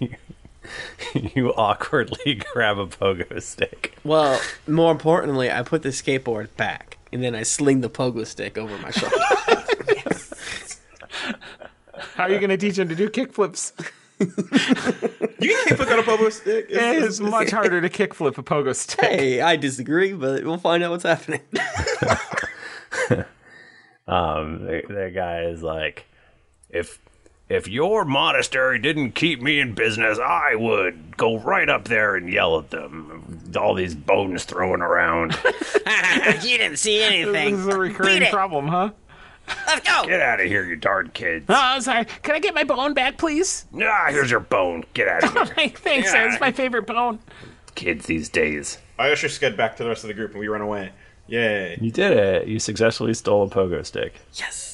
A: you awkwardly grab a pogo stick.
B: Well, more importantly, I put the skateboard back and then I sling the pogo stick over my shoulder.
C: How are you going to teach him to do kickflips?
D: you can kickflip on a pogo stick.
C: It is much harder to kickflip a pogo stick.
B: Hey, I disagree, but we'll find out what's happening.
A: Um, the, the guy is like, if if your monastery didn't keep me in business, I would go right up there and yell at them. All these bones throwing around.
I: you didn't see anything.
C: This is a recurring
I: Beat it.
C: problem, huh?
I: Let's go.
A: Get out of here, you darn kids.
F: Oh, I'm sorry. Can I get my bone back, please?
A: Ah, here's your bone. Get out of here,
F: Hey, thanks.
A: Yeah.
F: That's my favorite bone.
A: kids these days.
D: I usher Scud back to the rest of the group and we run away. Yay.
A: You did it. You successfully stole a pogo stick.
I: Yes.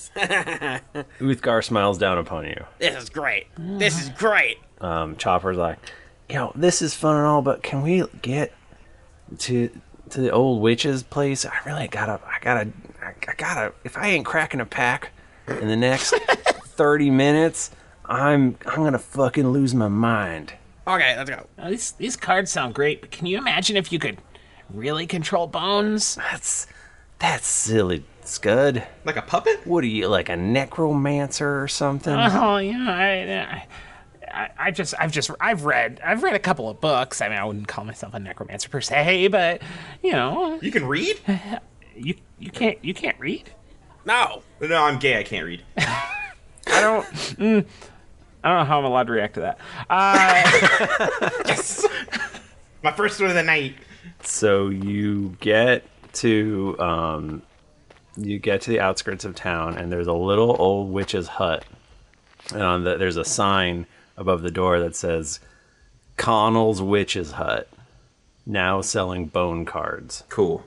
A: Uthgar smiles down upon you.
I: this is great. This is great.
A: Um, Chopper's like, you know, this is fun and all, but can we get to to the old witch's place? I really gotta, I gotta, I, I gotta. If I ain't cracking a pack in the next thirty minutes, I'm I'm gonna fucking lose my mind.
F: Okay, let's go. these these cards sound great, but can you imagine if you could really control bones?
A: That's that's Silly Scud.
D: Like a puppet?
A: What are you, like a necromancer or something?
F: Oh yeah, I, I, I just I've just I've read I've read a couple of books. I mean, I wouldn't call myself a necromancer per se, but you know,
D: you can read.
F: You you can't you can't read.
D: No. No, I'm gay. I can't read.
C: I don't. Mm, I don't know how I'm allowed to react to that. Uh,
D: My first one of the night.
A: So you get to um, you get to the outskirts of town, and there's a little old witch's hut. And on the, there's a sign above the door that says "Connell's Witch's Hut," now selling bone cards.
D: Cool.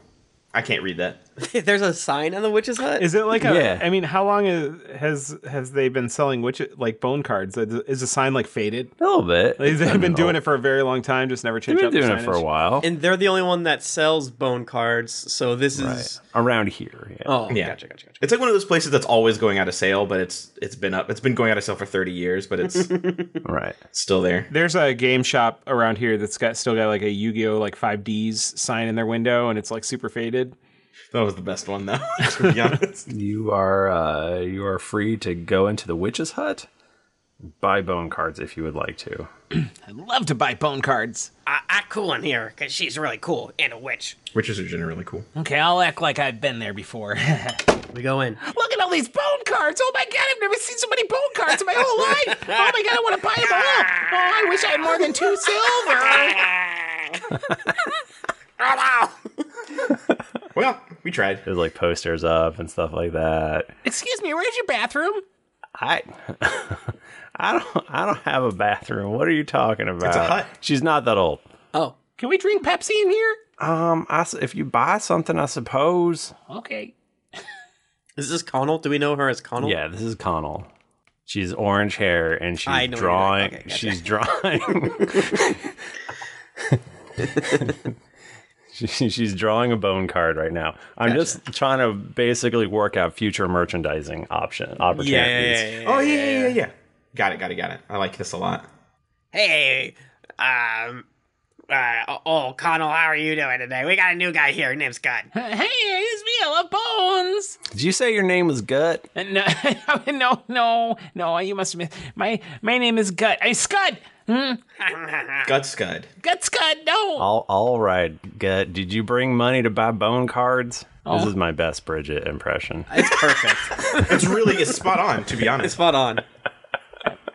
D: I can't read that.
B: There's a sign on the witch's hut.
C: Is it like a? I mean, how long is, has has they been selling witch like bone cards? Is is the sign like faded?
A: A little bit.
C: Like,
A: I
C: they've been
A: know.
C: doing it for a very long time, just never changed
A: been
C: up. the
A: doing it for a
C: signage.
A: while.
B: And they're the only one that sells bone cards, so this is
A: around here. Yeah.
B: Oh, gotcha, gotcha,
D: It's like one of those places that's always going out of sale, but it's it's been up. It's been going out of sale for thirty years, but it's
A: right
D: still there.
C: There's a game shop around here that's got still got like a Yu-Gi-Oh like 5Ds sign in their window, and it's like super faded.
D: That was the best one though.
A: you are uh, you are free to go into the witch's hut, buy bone cards if you would like to.
F: I love to buy bone cards.
I: I, I cool in here because she's really cool and a witch.
D: Witches are generally cool.
F: Okay, I'll act like I've been there before.
B: we go in.
F: Look at all these bone cards. Oh my god, I've never seen so many bone cards in my whole life. Oh my god, I want to buy them all. Oh, I wish I had more than two silver.
D: well, we tried.
A: There's like posters up and stuff like that.
F: Excuse me, where's your bathroom?
A: I I don't I don't have a bathroom. What are you talking about?
F: hut.
A: She's not that old.
B: Oh,
F: can we drink Pepsi in here?
A: Um, I s if you buy something, I suppose.
F: Okay.
B: Is this Connell? Do we know her as Connell?
A: Yeah, this is Connell. She's orange hair and
B: I
A: she's
B: know what you're
A: drawing.
B: doing. Okay, gotcha.
A: She's drawing. she, she's drawing a bone card right now. I'm just trying to basically work out future merchandising option opportunities.
D: oh yeah, yeah, yeah, yeah. Got it, got it, got it. I like this a lot.
I: Hey, um, uh, oh, Connell, how are you doing today? We got a new guy here. His name's Gut.
F: Hey, it's me. I love bones.
A: Did you say your name was Gut?
F: Uh, No, no, no, no. You must have missed. my my name is Gut. Hey, Scud. Hmm?
D: Gut Scud.
F: Gut Scud. No.
A: All, all right, Gut. Did you bring money to buy bone cards?
F: Oh.
A: This is my best Bridget impression.
B: It's perfect.
D: it's really it's spot on, to be honest. It's
B: spot on.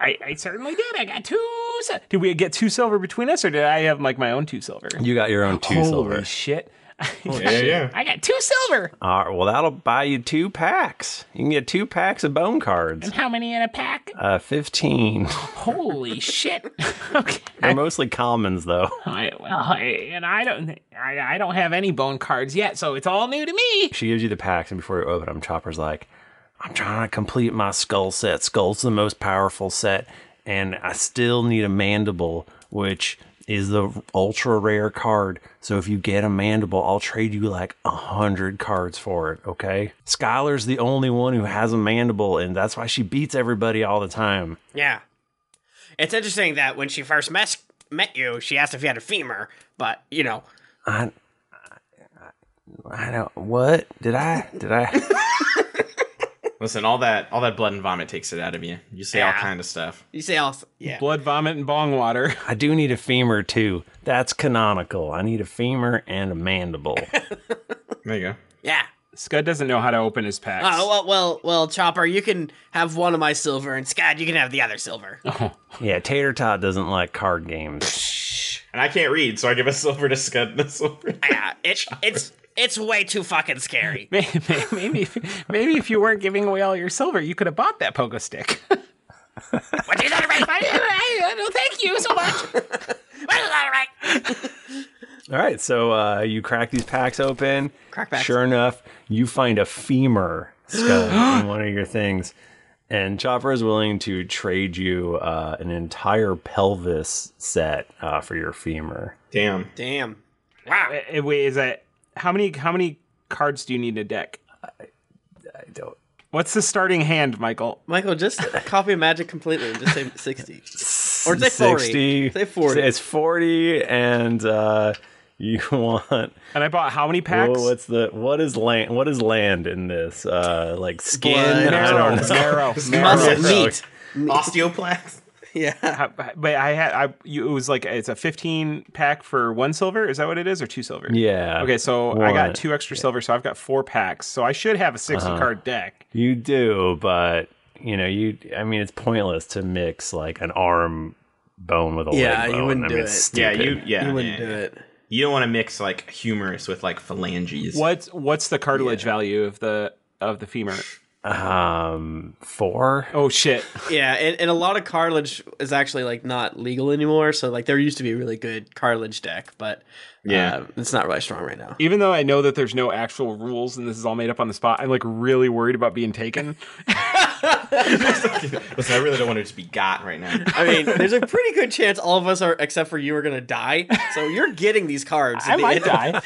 F: I, I certainly did. I got two. si- Did we get two silver between us, or did I have like my own two silver?
A: You got your own two
F: Holy
A: silver.
F: shit.
A: Holy shit.
F: I got two silver.
A: All right, well, that'll buy you two packs. You can get two packs of bone cards.
F: And how many in a pack?
A: Uh, 15.
F: Holy shit.
A: They're mostly commons, though.
F: I, well, I, and I don't, I, I don't have any bone cards yet, so it's all new to me.
A: She gives you the packs, and before you open them, Chopper's like, I'm trying to complete my skull set. Skull's the most powerful set, and I still need a mandible, which is the ultra rare card. So if you get a mandible, I'll trade you like a hundred cards for it, okay? Skylar's the only one who has a mandible, and that's why she beats everybody all the time.
I: Yeah. It's interesting that when she first mes- met you, she asked if you had a femur, but, you know,
A: I, I, I don't. What did I? Did I?
D: Listen, all that all that blood and vomit takes it out of you. You say all
B: Yeah.
D: kind of stuff.
B: You say also, yeah.
C: Blood, vomit, and bong water.
A: I do need a femur too. That's canonical. I need a femur and a mandible.
D: there you go.
I: Yeah.
C: Scud doesn't know how to open his packs.
I: Oh, well, well, well, Chopper, you can have one of my silver, and Scott, you can have the other silver.
C: Oh.
A: Yeah, Tater Tot doesn't like card games.
D: And I can't read, so I give a silver to Scud and a silver.
I: yeah, it's it's it's way too fucking scary.
F: Maybe, maybe, if, maybe if you weren't giving away all your silver, you could have bought that pogo stick.
I: What is that
F: I, I, I, no, thank you so much.
A: All right, so uh, you crack these packs open.
B: Crack packs.
A: Sure enough, you find a femur skull in one of your things, and Chopper is willing to trade you uh, an entire pelvis set uh, for your femur.
D: Damn.
B: Damn.
I: Wow.
C: Uh, Wait, is that how many how many cards do you need in a deck? I,
A: I don't.
C: What's the starting hand, Michael?
B: Michael, just copy magic completely and just say 60. Or say 40. Say 40.
A: It's 40, and uh, you want.
C: And I bought how many
A: packs?
C: packs?
A: what's the what is land? What is land in this? Uh, like skin,
C: Blood.
A: I don't know.
C: Marrow. Marrow. Muscle. Meat.
D: Osteoplax.
B: Yeah,
C: but I had I you, it was like it's a fifteen pack for one silver. Is that what it is, or two silver?
A: Yeah.
C: Okay, so I
A: One.
C: got two extra silver, so I've got four packs. So I should have a 60
A: Uh-huh.
C: card deck.
A: You do, but you know, you. I mean, it's pointless to mix like an arm bone with a
D: Yeah,
A: leg
D: you
A: bone.
D: wouldn't
A: I
D: do
A: mean,
D: it.
A: it's
D: Yeah,
A: stupid.
D: you- yeah, You wouldn't yeah,
B: do it.
D: You don't want to mix like humerus with like phalanges.
C: What's what's the cartilage value of the of the femur?
B: Uh,
A: Um, four. Oh shit!
B: Yeah, and, and a lot of cartilage is actually like not legal anymore. So like there used to be a really good cartilage deck, but
C: Yeah.
B: uh, it's not really strong right now.
C: Even though I know that there's no actual rules and this is all made up on the spot, I'm like really worried about being taken.
D: Listen, I really don't want to just be got right now.
B: I mean, there's a pretty good chance all of us are, except for you, are going to die. So you're getting these cards.
F: I might
B: die.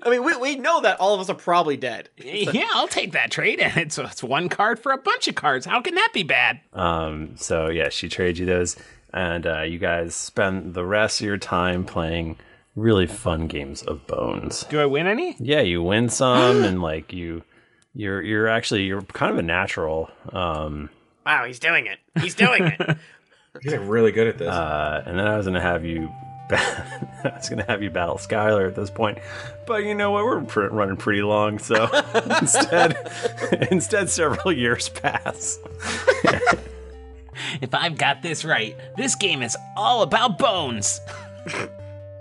B: I mean, we, we know that all of us are probably dead.
F: yeah, I'll take that trade. It's, it's one card for a bunch of cards. How can that be bad?
A: Um, so yeah, she trades you those, and uh, you guys spend the rest of your time playing really fun games of bones.
C: Do I win any?
A: Yeah, you win some, and like you, you're you're actually you're kind of a natural. Um,
I: Wow, he's doing it. He's doing it.
A: you guys are really good at this. Uh, and then I was gonna have you. I was gonna have you battle Skylar at this point, but you know what? We're pr- running pretty long, so instead, instead, several years pass.
F: If I've got this right, this game is all about bones.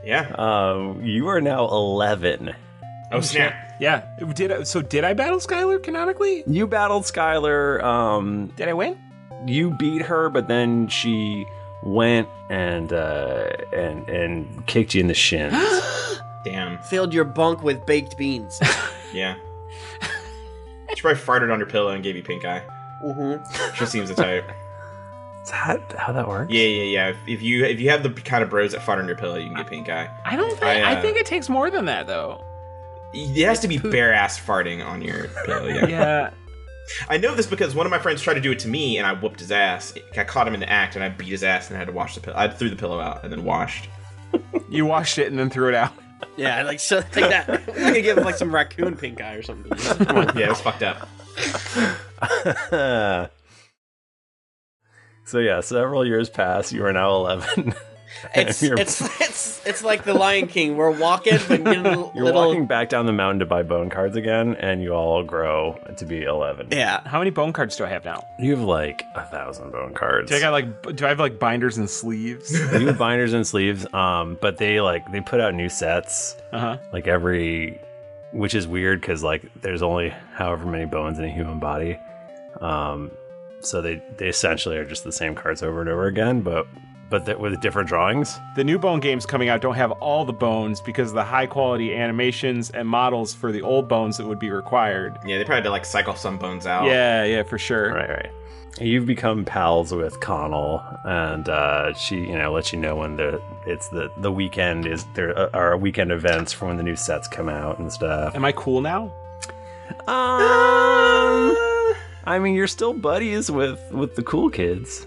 A: Yeah. Um, you are now eleven.
D: Oh snap!
C: Yeah. Did I, so? Did I battle Skylar canonically?
A: You battled Skylar. Um,
C: did I win?
A: You beat her, but then she went and uh, and and kicked you in the shin.
D: Damn.
B: Filled your bunk with baked beans.
D: Yeah. She probably farted on your pillow and gave you pink eye.
B: Mm-hmm.
D: She seems the type.
A: Is that how that works?
D: Yeah, yeah, yeah. If- If you if you have the kind of bros that fart on your pillow, you can get pink eye.
F: I don't think.
D: I,
F: I,
D: uh,
F: think it takes more than that, though.
D: It has to be bare ass farting on your pillow. Yeah.
F: Yeah.
D: I know this because one of my friends tried to do it to me, and I whooped his ass. I caught him in the act, and I beat his ass, and I had to wash the pillow. I threw the pillow out and then washed.
C: you washed it and then threw it out.
B: Yeah, like so, like that. We could give him like some raccoon pink eye or something.
D: yeah, it's fucked up.
A: so yeah, several years pass. You are now eleven. And
B: It's
A: you're-
B: it's it's it's like the Lion King. We're walking, but getting a little.
A: You're walking back down the mountain to buy bone cards again, and you all grow to be eleven.
B: Yeah.
C: How many bone cards do I have now?
A: You have like a thousand bone cards.
C: Do I got like? b- Do I have like binders and sleeves?
A: you have binders and sleeves um but they like they put out new sets
C: Uh-huh.
A: like every which is weird because like there's only however many bones in a human body um so they they essentially are just the same cards over and over again but but that with different drawings
C: The new bone games coming out don't have all the bones because of the high quality animations and models for the old bones that would be required.
D: Yeah, they probably had to like cycle some bones out.
C: Yeah, yeah, for sure.
A: Right, right. You've become pals with Connell, and uh, she, you know, lets you know when the it's the the weekend is there uh, are weekend events for when the new sets come out and stuff.
C: Am I cool now?
A: Um, I mean, you're still buddies with with the cool kids.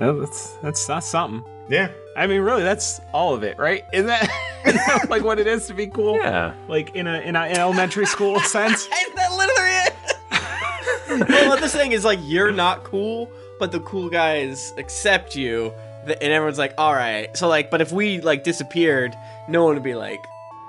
C: Oh, that's that's that's something.
D: Yeah.
C: I mean, really, that's all of it, right? Isn't that like what it is to be cool?
A: Yeah.
C: Like in a in an elementary school sense.
B: that literally is. well, this thing is like you're not cool, but the cool guys accept you, th- and everyone's like, "All right." So like, but if we like disappeared, no one would be like,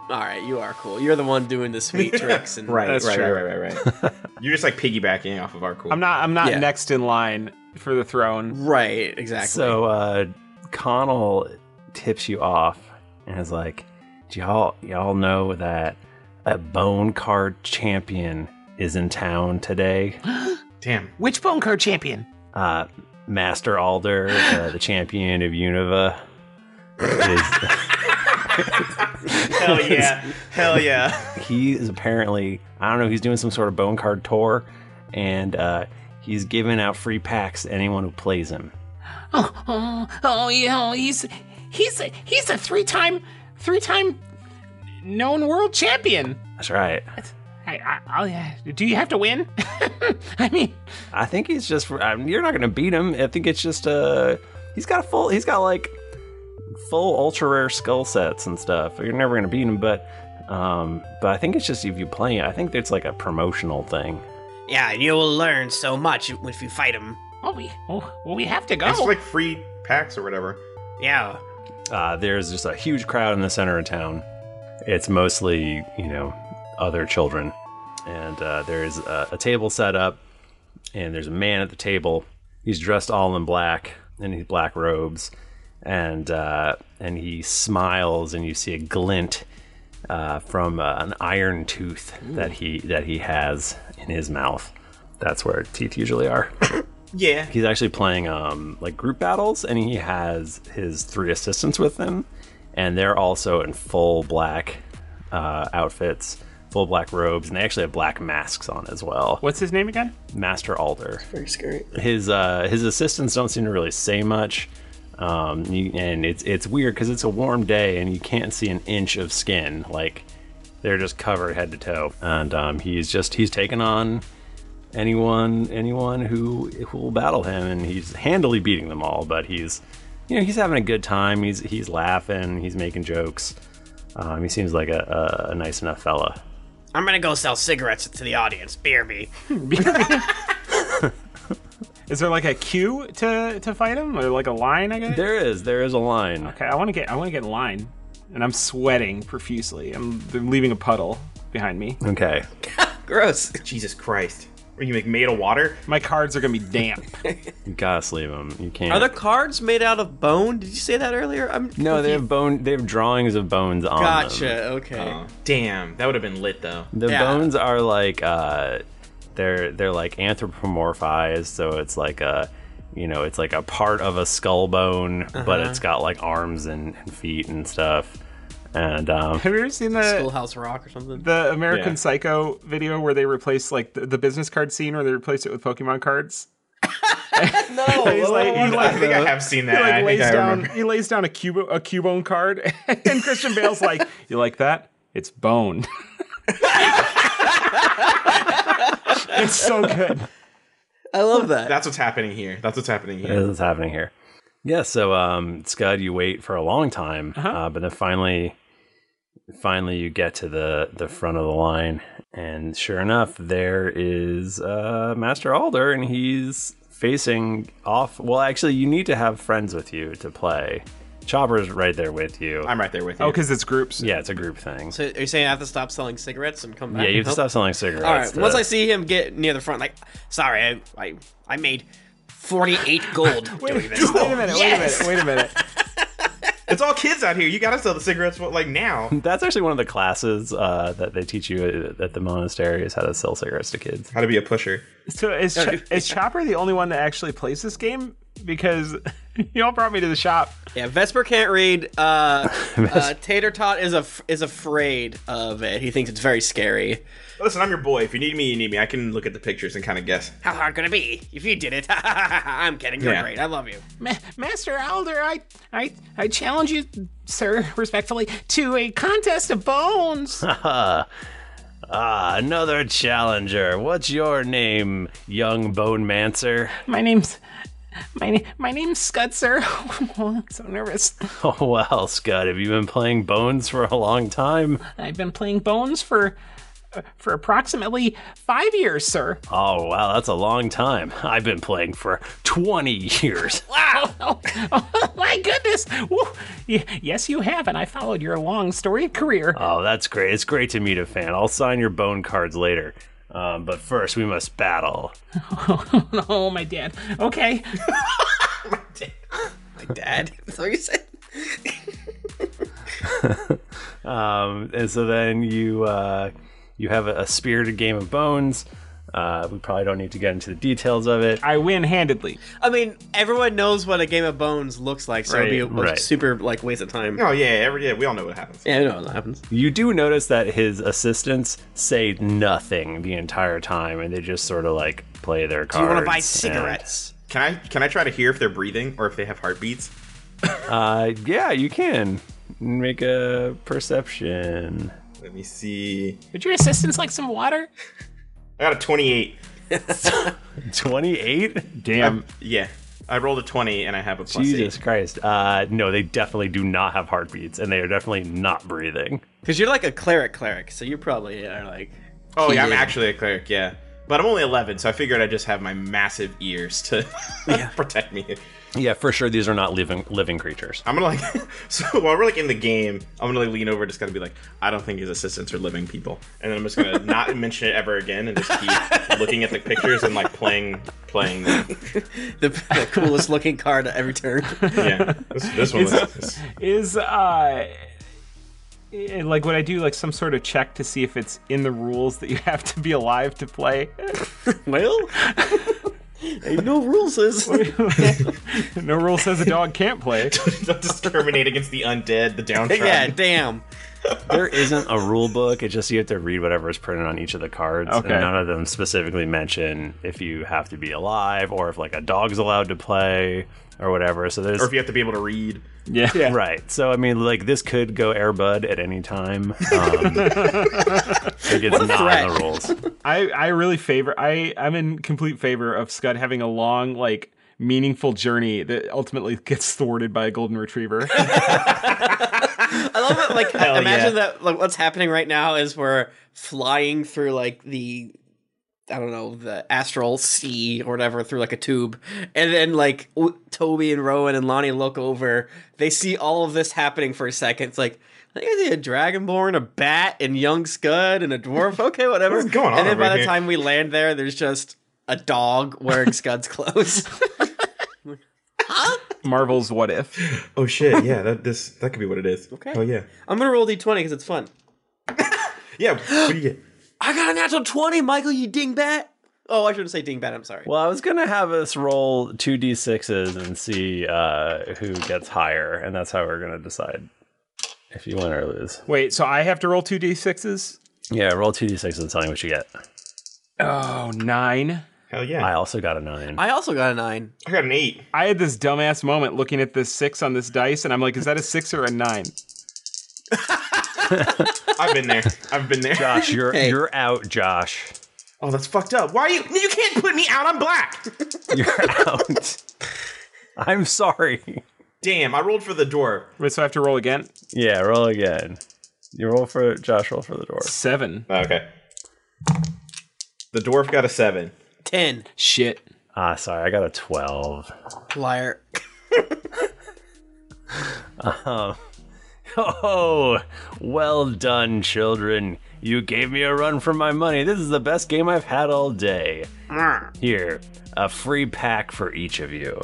B: "All right, you are cool. You're the one doing the sweet tricks." And
D: Right, right, right, right, right, right. You're just like piggybacking off of our cool.
C: I'm not I'm not
A: Yeah.
C: next in line for the throne.
B: Right, exactly.
A: So uh, Connell tips you off and is like, "Do y'all y'all know that a bone card champion is in town today?"
D: Damn.
F: Which bone card champion?
A: Uh, Master Alder, uh, the champion of Unova. is-
D: Hell yeah. Hell yeah.
A: he is apparently I don't know he's doing some sort of bone card tour, and uh, he's giving out free packs to anyone who plays him.
F: Oh, oh, oh yeah, he's he's a, he's a three-time three-time known world champion.
A: That's right.
F: I, I, I'll, yeah. do you have to win? I mean,
A: I think he's just I mean, you're not going to beat him. I think it's just uh he's got a full he's got like full ultra rare skull sets and stuff. You're never going to beat him, but um but I think it's just if you play it, I think it's like a promotional thing.
I: yeah, and you'll learn so much if you fight him.
F: Oh, we, oh, well, we have to go.
D: It's like free packs or whatever.
I: Yeah.
A: Uh, there's just a huge crowd in the center of town. It's mostly, you know, other children. And uh, there's a, a table set up, and there's a man at the table. He's dressed all in black, in his black robes, and uh, and he smiles, and you see a glint uh, from uh, an iron tooth that he that he has in his mouth. That's where teeth usually are.
D: Yeah.
A: He's actually playing um, like group battles, and he has his three assistants with him, and they're also in full black uh, outfits, full black robes, and they actually have black masks on as well.
F: What's his name again?
A: Master Alder.
B: Very scary.
A: His uh, his assistants don't seem to really say much, um, you- and it's it's weird because it's a warm day and you can't see an inch of skin. Like they're just covered head to toe, and um, he's just he's taking on anyone anyone who who will battle him, and he's handily beating them all. But he's you know he's having a good time. He's he's laughing. He's making jokes. Um, he seems like a, a, a nice enough fella.
I: I'm gonna go sell cigarettes to the audience. Beer me.
C: Is there like a queue to to fight him, or like a line? I guess
A: there is. There is a line.
C: Okay, I want to get I want to get in line, and I'm sweating profusely. I'm, I'm leaving a puddle behind me.
A: Okay.
B: Gross.
D: Jesus Christ. Are you make made of water?
C: My cards are gonna be damp.
A: You gotta sleeve him. Um, You can't.
B: Are the cards made out of bone? Did you say that earlier? I'm
A: No, they have bone. They have drawings of bones on
B: Gotcha.
A: them.
B: Okay.
C: Uh-huh.
D: damn, that would have been lit though.
A: The bones are like uh, they're they're like anthropomorphized, so it's like a, you know, it's like a part of a skull bone, but
B: Uh-huh.
A: it's got like arms and, and feet and stuff. And um,
C: Have you ever seen the
B: Schoolhouse Rock or something?
C: The American
A: Yeah.
C: Psycho video where they replace like the, the business card scene where they replaced it with Pokemon cards.
D: No,
C: he's like, he, like,
D: I think I have seen that.
C: He, like,
D: I
C: lays
D: think I
C: down,
D: remember.
C: he lays down a Cubo, a Cubone card, and Christian Bale's like, "You like that? It's bone." it's so good.
B: I love that.
D: That's what's happening here. That's what's happening
A: This
D: here.
A: is happening here. Yeah, so um, Scud, you wait for a long time,
D: Uh-huh.
A: uh but then finally, finally you get to the the front of the line, and sure enough, there is uh, Master Alder, and he's facing off. Well, actually, you need to have friends with you to play. Chopper's right there with you.
D: I'm right there with
B: you.
C: Oh, it's groups.
A: Yeah, it's a group thing.
B: So are you saying I have to stop selling cigarettes and come back?
A: Yeah, you have to
B: and
A: stop
B: help?
A: selling cigarettes.
B: All right.
A: to-
B: Once I see him get near the front, like, sorry, I, I, I made forty-eight gold doing this.
C: Wait a minute.
B: Yes!
C: Wait a minute. Wait a minute.
D: it's all kids out here. You gotta sell the cigarettes well, like now.
A: That's actually one of the classes uh, that they teach you at the monastery is how to sell cigarettes to kids.
D: How to be a pusher.
C: So is Cho- is Chopper the only one that actually plays this game? Because y'all brought me to the shop.
B: Yeah, Vesper can't read. Uh, uh, Tater Tot is af- is afraid of it. He thinks it's very scary.
D: Listen, I'm your boy. If you need me, you need me. I can look at the pictures and kind of guess.
I: How hard could it be? If you did it, I'm kidding. You're
D: Yeah.
I: great. I love you.
F: Ma- Master Alder, I, I, I challenge you, sir, respectfully, to a contest of bones.
A: ah, another challenger. What's your name, young bone mancer?
F: My name's, my, na- my name's Scud, sir. Oh, I'm so nervous.
A: Oh, well, Scott, have you been playing bones for a long time?
F: I've been playing bones for, for approximately five years, sir.
A: Oh, wow, that's a long time. I've been playing for 20 years.
F: Wow! Oh, oh, my goodness! Woo. Y- yes, you have, and I followed your long storied career.
A: Oh, that's great. It's great to meet a fan. I'll sign your bone cards later. Um, but first, we must battle.
F: oh, my dad. Okay.
B: My dad. That's what you said.
A: um, and so then you uh, you have a, a spirited game of bones. Uh, we probably don't need to get into the details of it.
C: I win handedly.
B: I mean, everyone knows what a game of bones looks like, so it'd be a, a
A: Right, right.
B: super like waste of time.
A: Oh, yeah,
D: every yeah, we all know what happens.
B: Yeah, I know what happens.
A: You do notice that his assistants say nothing the entire time, and they just sort of like play their cards. and-
D: Can I can I try to hear if they're breathing or if they have heartbeats?
A: uh, yeah, you can make a perception.
D: Let me see.
F: Would your assistants like some water?
D: I got a 28.
A: 28?
D: Damn. yeah. I rolled a 20 and I have a plus
A: Jesus Christ! Uh, no, they definitely do not have heartbeats, and they are definitely not breathing.
B: Because you're like a cleric, cleric, so you probably are like.
D: 8. Oh, yeah, I'm
B: Yeah.
D: actually a cleric, yeah. But I'm only 11, so I figured I just have my massive ears to protect me.
A: Yeah, for sure, these are not living living creatures.
D: I'm gonna like, so while we're like in the game, I'm gonna like lean over, just gotta be like, I don't think his assistants are living people, and then I'm just gonna not mention it ever again, and just keep looking at the pictures and like playing, playing them.
B: the, the coolest looking card at every turn.
D: Yeah, this, this one was
C: Is uh and like would I do like some sort of check to see if it's in the rules that you have to be alive to play?
B: well, ain't no rules says
C: no rule says a dog can't play.
D: Don't discriminate against the undead, the downtrodden.
B: yeah, damn.
A: there isn't a rule book. It's just you have to read whatever is printed on each of the cards.
C: Okay.
A: And none of them specifically mention if you have to be alive or if like a dog's allowed to play or whatever. So there's
D: Or if you have to be able to read.
C: Yeah.
A: Right. So I mean like this could go airbud at any time. Um, like it's not in the rules.
C: I, I really favor I I'm in complete favor of Scud having a long like meaningful journey that ultimately gets thwarted by a golden retriever.
B: I love it. Like,
C: Hell
B: imagine
C: yeah.
B: that. Like, what's happening right now is we're flying through like the, I don't know, the astral sea or whatever through like a tube, and then like w- Toby and Rowan and Lonnie look over. They see all of this happening for a second. It's like. I think I see a dragonborn, a bat, and young Scud, and a dwarf. Okay, whatever.
D: What's going on
B: And then
D: over
B: by the
D: here?
B: time we land there, there's just a dog wearing Scud's clothes.
C: Marvel's what if?
D: Oh shit! Yeah, that this that could be what it is. Okay. Oh yeah.
B: I'm gonna roll d20 because it's fun.
D: Yeah. What do you get?
B: I got a natural 20, Michael, you dingbat. Oh, I shouldn't say dingbat, I'm sorry.
A: Well, I was gonna have us roll two d sixes and see uh, who gets higher, and that's how we're gonna decide if you win or lose.
C: Wait, so I have to roll two d sixes?
A: Yeah, roll two d sixes and tell me what you get.
C: Oh, nine.
D: Hell yeah.
A: I also got a nine.
B: I also got a nine.
D: I got an eight.
C: I had this dumbass moment looking at this six on this dice, and I'm like, is that a six or a nine?
D: I've been there. I've been there.
A: Josh, you're you're out, Josh.
D: Oh, that's fucked up. Why are you? You can't put me out. I'm black.
A: You're out. I'm sorry.
D: Damn, I rolled for the dwarf.
C: Wait, so I have to roll again?
A: Yeah, roll again. You roll for Josh. Roll for the door.
C: Seven.
D: Oh, Okay. The dwarf got a seven.
B: Ten.
C: Shit.
A: Ah, sorry. I got a twelve.
B: Liar.
A: Um, oh, well done, children. You gave me a run for my money. This is the best game I've had all day.
I: Mm.
A: Here, a free pack for each of you.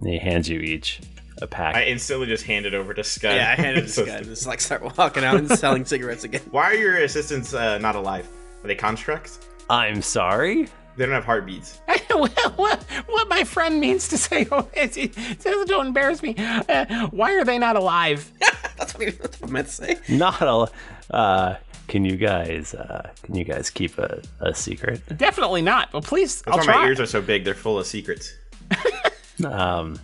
A: And he hands you each a pack.
D: I instantly just handed over to Scott.
B: Yeah, I handed it to Scud. Just like start walking out and selling cigarettes again.
D: Why are your assistants uh, not alive? Are they constructs?
A: I'm sorry.
D: They don't have heartbeats.
F: what, what, what my friend means to say, oh, it's, it's, don't embarrass me. Uh, why are they not alive?
B: That's what, he, that's what I meant to say.
A: Not a. Uh, can you guys? Uh, can you guys keep a, a secret?
F: Definitely not. Well, please,
D: That's
F: I'll
D: why
F: try.
D: my ears are so big. They're full of secrets.
A: um,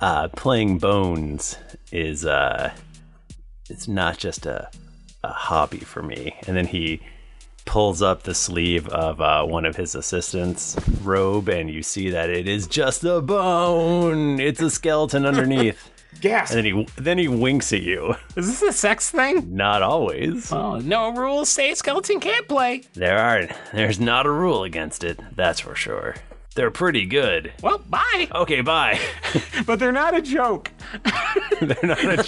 A: uh, playing bones is uh, it's not just a, a hobby for me. And then he pulls up the sleeve of uh, one of his assistants' robe, and you see that it is just a bone. It's a skeleton underneath.
D: Gas.
A: And then he then he winks at you.
F: Is this a sex thing?
A: Not always.
F: Oh, no rules say skeleton can't play.
A: There aren't. There's not a rule against it. That's for sure. They're pretty good.
F: Well, bye.
A: Okay, bye.
C: But they're not a joke.
A: They're not a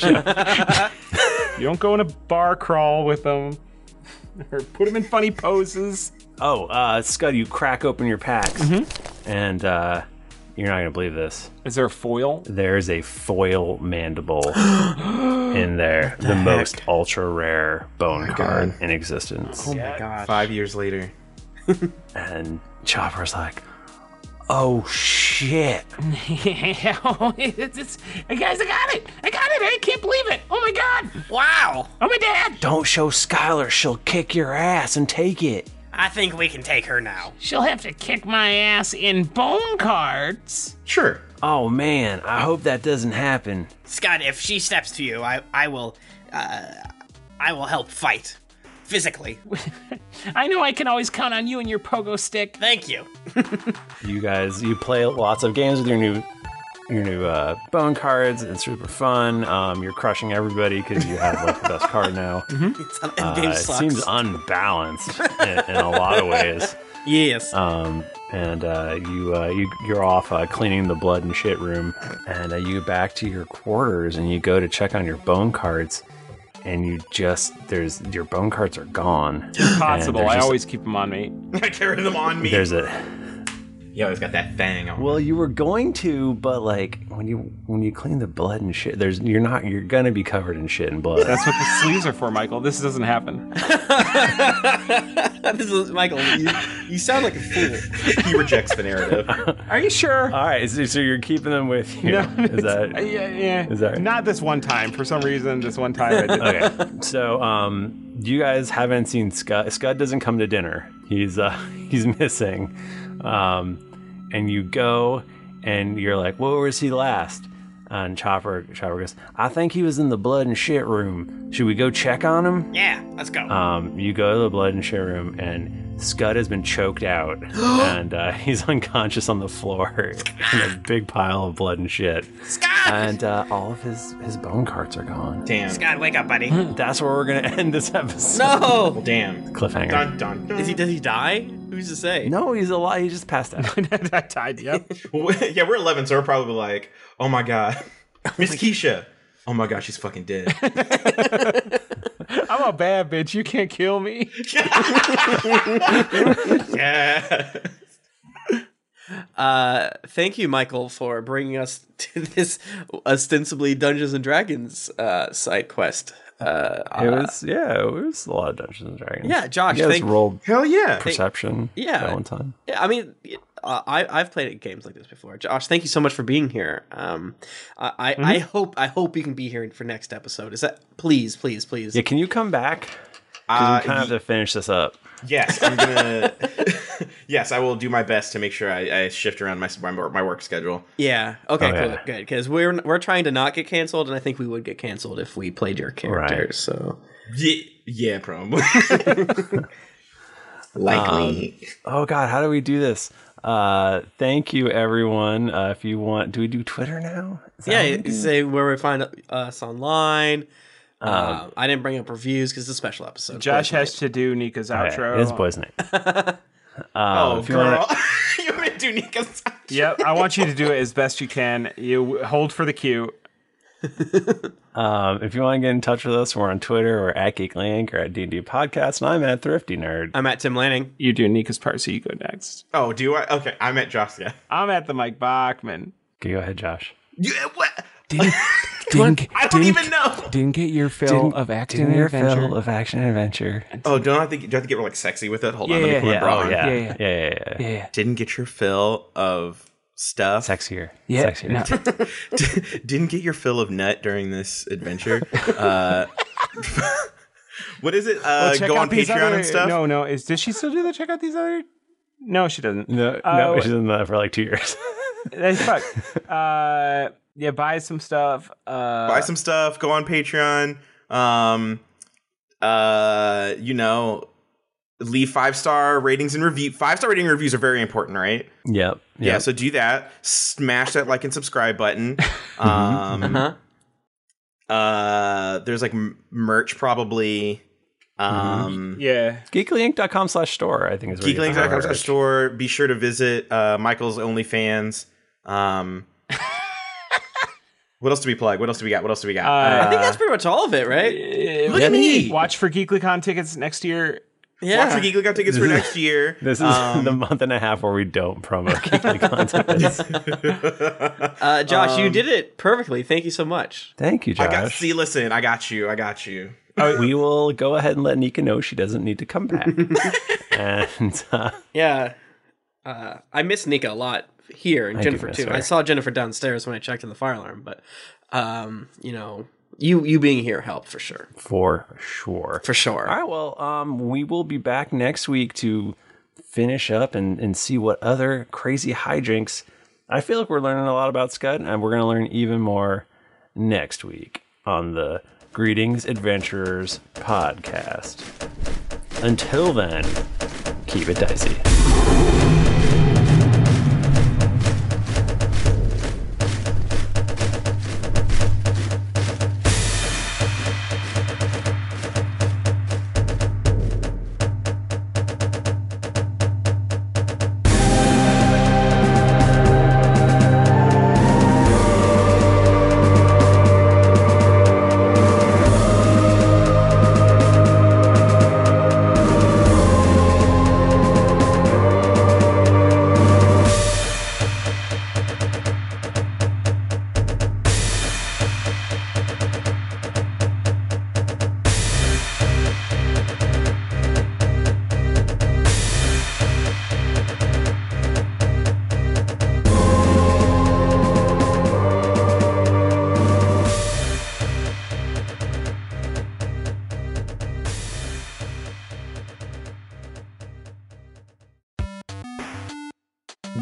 A: joke.
C: You don't go in a bar crawl with them or put them in funny poses.
A: Oh, uh, Scud, you crack open your packs, and uh, you're not gonna believe this.
C: Mm-hmm. Is there a foil?
A: There's a foil mandible in there, the, most ultra rare bone card in existence.
C: Oh
D: my god. Five years later.
A: And Chopper's like, "Oh shit!"
F: it's, it's, guys, I got it. I got it. I can't believe it. Oh my god.
I: Wow!
F: Oh my dad.
A: Don't show Skylar; she'll kick your ass and take it.
I: I think we can take her now.
F: She'll have to kick my ass in bone cards.
D: Sure.
A: Oh man, I hope that doesn't happen.
I: Scott, if she steps to you, I, I will, uh, I will help fight. Physically.
F: I know I can always count on you and your pogo stick.
I: Thank you.
A: you guys you play lots of games with your new your new uh, bone cards it's super fun um, you're crushing everybody because you have like the best card now
B: Mm-hmm. It's on
A: Uh,
B: endgame
A: it
B: sucks.
A: seems unbalanced in, in a lot of ways
B: yes.
A: um, and uh, you, uh, you you're off uh, cleaning the blood and shit room and uh, you go back to your quarters and you go to check on your bone cards and you just there's your bone cards are gone And
C: Possible.
A: there's
C: I
A: just
C: always keep them on me.
D: I carry them on me.
A: there's a
D: You always got that fang on.
A: Well, you were going to, but like when you when you clean the blood and shit, there's you're not you're gonna be covered in shit and blood.
C: That's what the sleeves are for, Michael. This doesn't happen.
B: this is Michael. You, you sound like a fool.
D: he rejects the narrative.
C: Are you sure? Uh,
A: All right, so, so you're keeping them with you. is that
C: yeah, yeah.
A: Is that right?
C: Not this one time. For some reason, this one time I did.
A: okay. So, um, you guys haven't seen Scud. Scud doesn't come to dinner. He's uh, he's missing. Um, and you go, and you're like, "Where was he last?" And Chopper Chopper goes, "I think he was in the blood and shit room. Should we go check on him?"
I: Yeah, let's go.
A: Um, you go to the blood and shit room, and Scud has been choked out, and uh, he's unconscious on the floor in a big pile of blood and shit. Scud! And uh, all of his his bone carts are gone.
I: Scott, wake up, buddy.
A: That's where we're gonna end this episode.
B: No!
D: Well, damn.
A: Cliffhanger.
B: Is he? Does he die? Who's to say?
A: No, he's alive. He just passed out.
C: I died. Yep.
D: yeah, we're 11, so we're probably like, oh my god, Miss Keisha. Oh my god, she's fucking dead.
C: I'm a bad bitch. You can't kill me.
D: yeah.
B: Uh, thank you, Michael, for bringing us to this ostensibly Dungeons and Dragons uh, side quest. Uh,
A: It was yeah, it was a lot of Dungeons and Dragons.
B: Yeah, Josh,
A: you guys
B: thank-
A: rolled
D: hell yeah
A: perception.
B: Yeah.
A: that one time.
B: Yeah, I mean, uh, I I've played at games like this before. Josh, thank you so much for being here. Um, I I,
A: Mm-hmm.
B: I hope I hope you can be here for next episode. Is that please, please, please?
A: Yeah, can you come back? 'Cause
D: Uh,
A: we kind of have to finish this up.
D: Yes, I'm gonna. yes, I will do my best to make sure I, I shift around my my work- my work schedule.
B: Yeah. Okay.
D: Oh,
B: cool.
D: yeah.
B: Good. Because we're we're trying to not get canceled, and I think we would get canceled if we played your characters. So.
D: Yeah, yeah probably.
A: Um, oh God, how do we do this? Uh, thank you, everyone. Uh, if you want, do we do Twitter now?
B: yeah, you say where we find uh, us online.
A: Um,
B: Uh, I didn't bring up reviews because it's a special episode.
C: Josh has to do Nika's
A: Okay,
C: outro.
A: It
B: Oh.
A: is boys' night. Um,
C: Oh,
A: if you wanna-
D: you want to do Nika's?
C: yep. I want you to do it as best you can. You hold for the cue.
A: Um, if you want to get in touch with us, we're on Twitter or at GeekLink or at D&D Podcast, and I'm at Thrifty Nerd.
B: I'm at Tim Lanning.
C: You do Nika's part, so you go next.
D: Oh, do I? Okay, I'm at Josca.
C: I'm at the Mike Bachman.
A: Okay, go ahead, Josh.
D: Yeah, what?
A: Didn't,
D: I don't even know.
F: Didn't get your fill of action
A: didn't
F: and
A: your
F: adventure.
A: fill of action and adventure.
D: Oh, don't I think do I have to get like sexy with it? Hold on,
A: Yeah,
D: let me
A: yeah,
D: put my
A: yeah.
D: bra
A: Oh,
D: on.
A: yeah. Yeah, yeah. Yeah, yeah, yeah.
F: Yeah.
D: Didn't get your fill of stuff.
A: Sexier.
F: Yeah,
A: Sexier.
F: no.
D: Didn't get your fill of nut during this adventure. uh, what is it? Uh,
C: Well, check
D: go
C: out
D: on
C: these
D: Patreon
C: other-
D: and stuff.
C: No, no. Is does she still do the check out these other? No, she doesn't.
A: No,
C: Uh,
A: no, she's in that for like two years.
C: Hey, fuck. Uh, yeah, buy some stuff. Uh,
D: buy some stuff go on patreon um uh you know leave five star ratings and review five star rating and reviews are very important right
A: yep.
D: yeah so do that smash that like and subscribe button um
B: Uh-huh.
D: uh there's like m- merch probably
C: Mm-hmm.
D: um
C: Yeah.
A: Geeklyinc.com slash store, I think is where you can
D: geeklinks.com
A: find
D: slash
A: it.
D: store be sure to visit uh michael's onlyfans um what else do we plug what else do we got what else do we got
C: Uh,
B: I think that's pretty much all of it, right?
D: look at me
C: Watch for GeeklyCon tickets next year.
B: Yeah.
D: Watch for GeeklyCon tickets for next year.
A: This is
D: Um,
A: the month and a half where we don't promote Geekly content.
B: Uh, Josh, you did it perfectly. Thank you so much.
A: Thank you,
D: um, I
A: Josh.
D: got. See, listen, I got you. I got you.
A: we will go ahead and let Nika know she doesn't need to come back. and uh,
B: Yeah. Uh, I miss Nika a lot here and
A: I do
B: Jennifer
A: miss
B: too.
A: her.
B: I saw Jennifer downstairs when I checked in the fire alarm, but um, you know, you you being here helped for sure.
A: for sure.
B: For sure.
A: All right. Well, um, we will be back next week to finish up and, and see what other crazy hijinks. I feel like we're learning a lot about Scud, and we're going to learn even more next week on the Greetings Adventurers podcast. Until then, keep it dicey.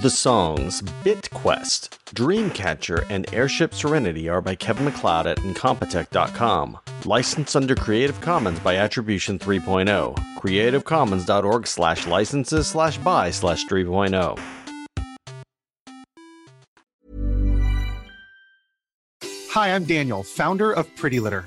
L: The songs Bit Quest, Dreamcatcher, and Airship Serenity are by Kevin McLeod at Incompetech.com. Licensed under Creative Commons by Attribution oh. 3.0. CreativeCommons.org slash licenses slash buy slash oh. 3.0.
M: Hi, I'm Daniel, founder of Pretty Litter.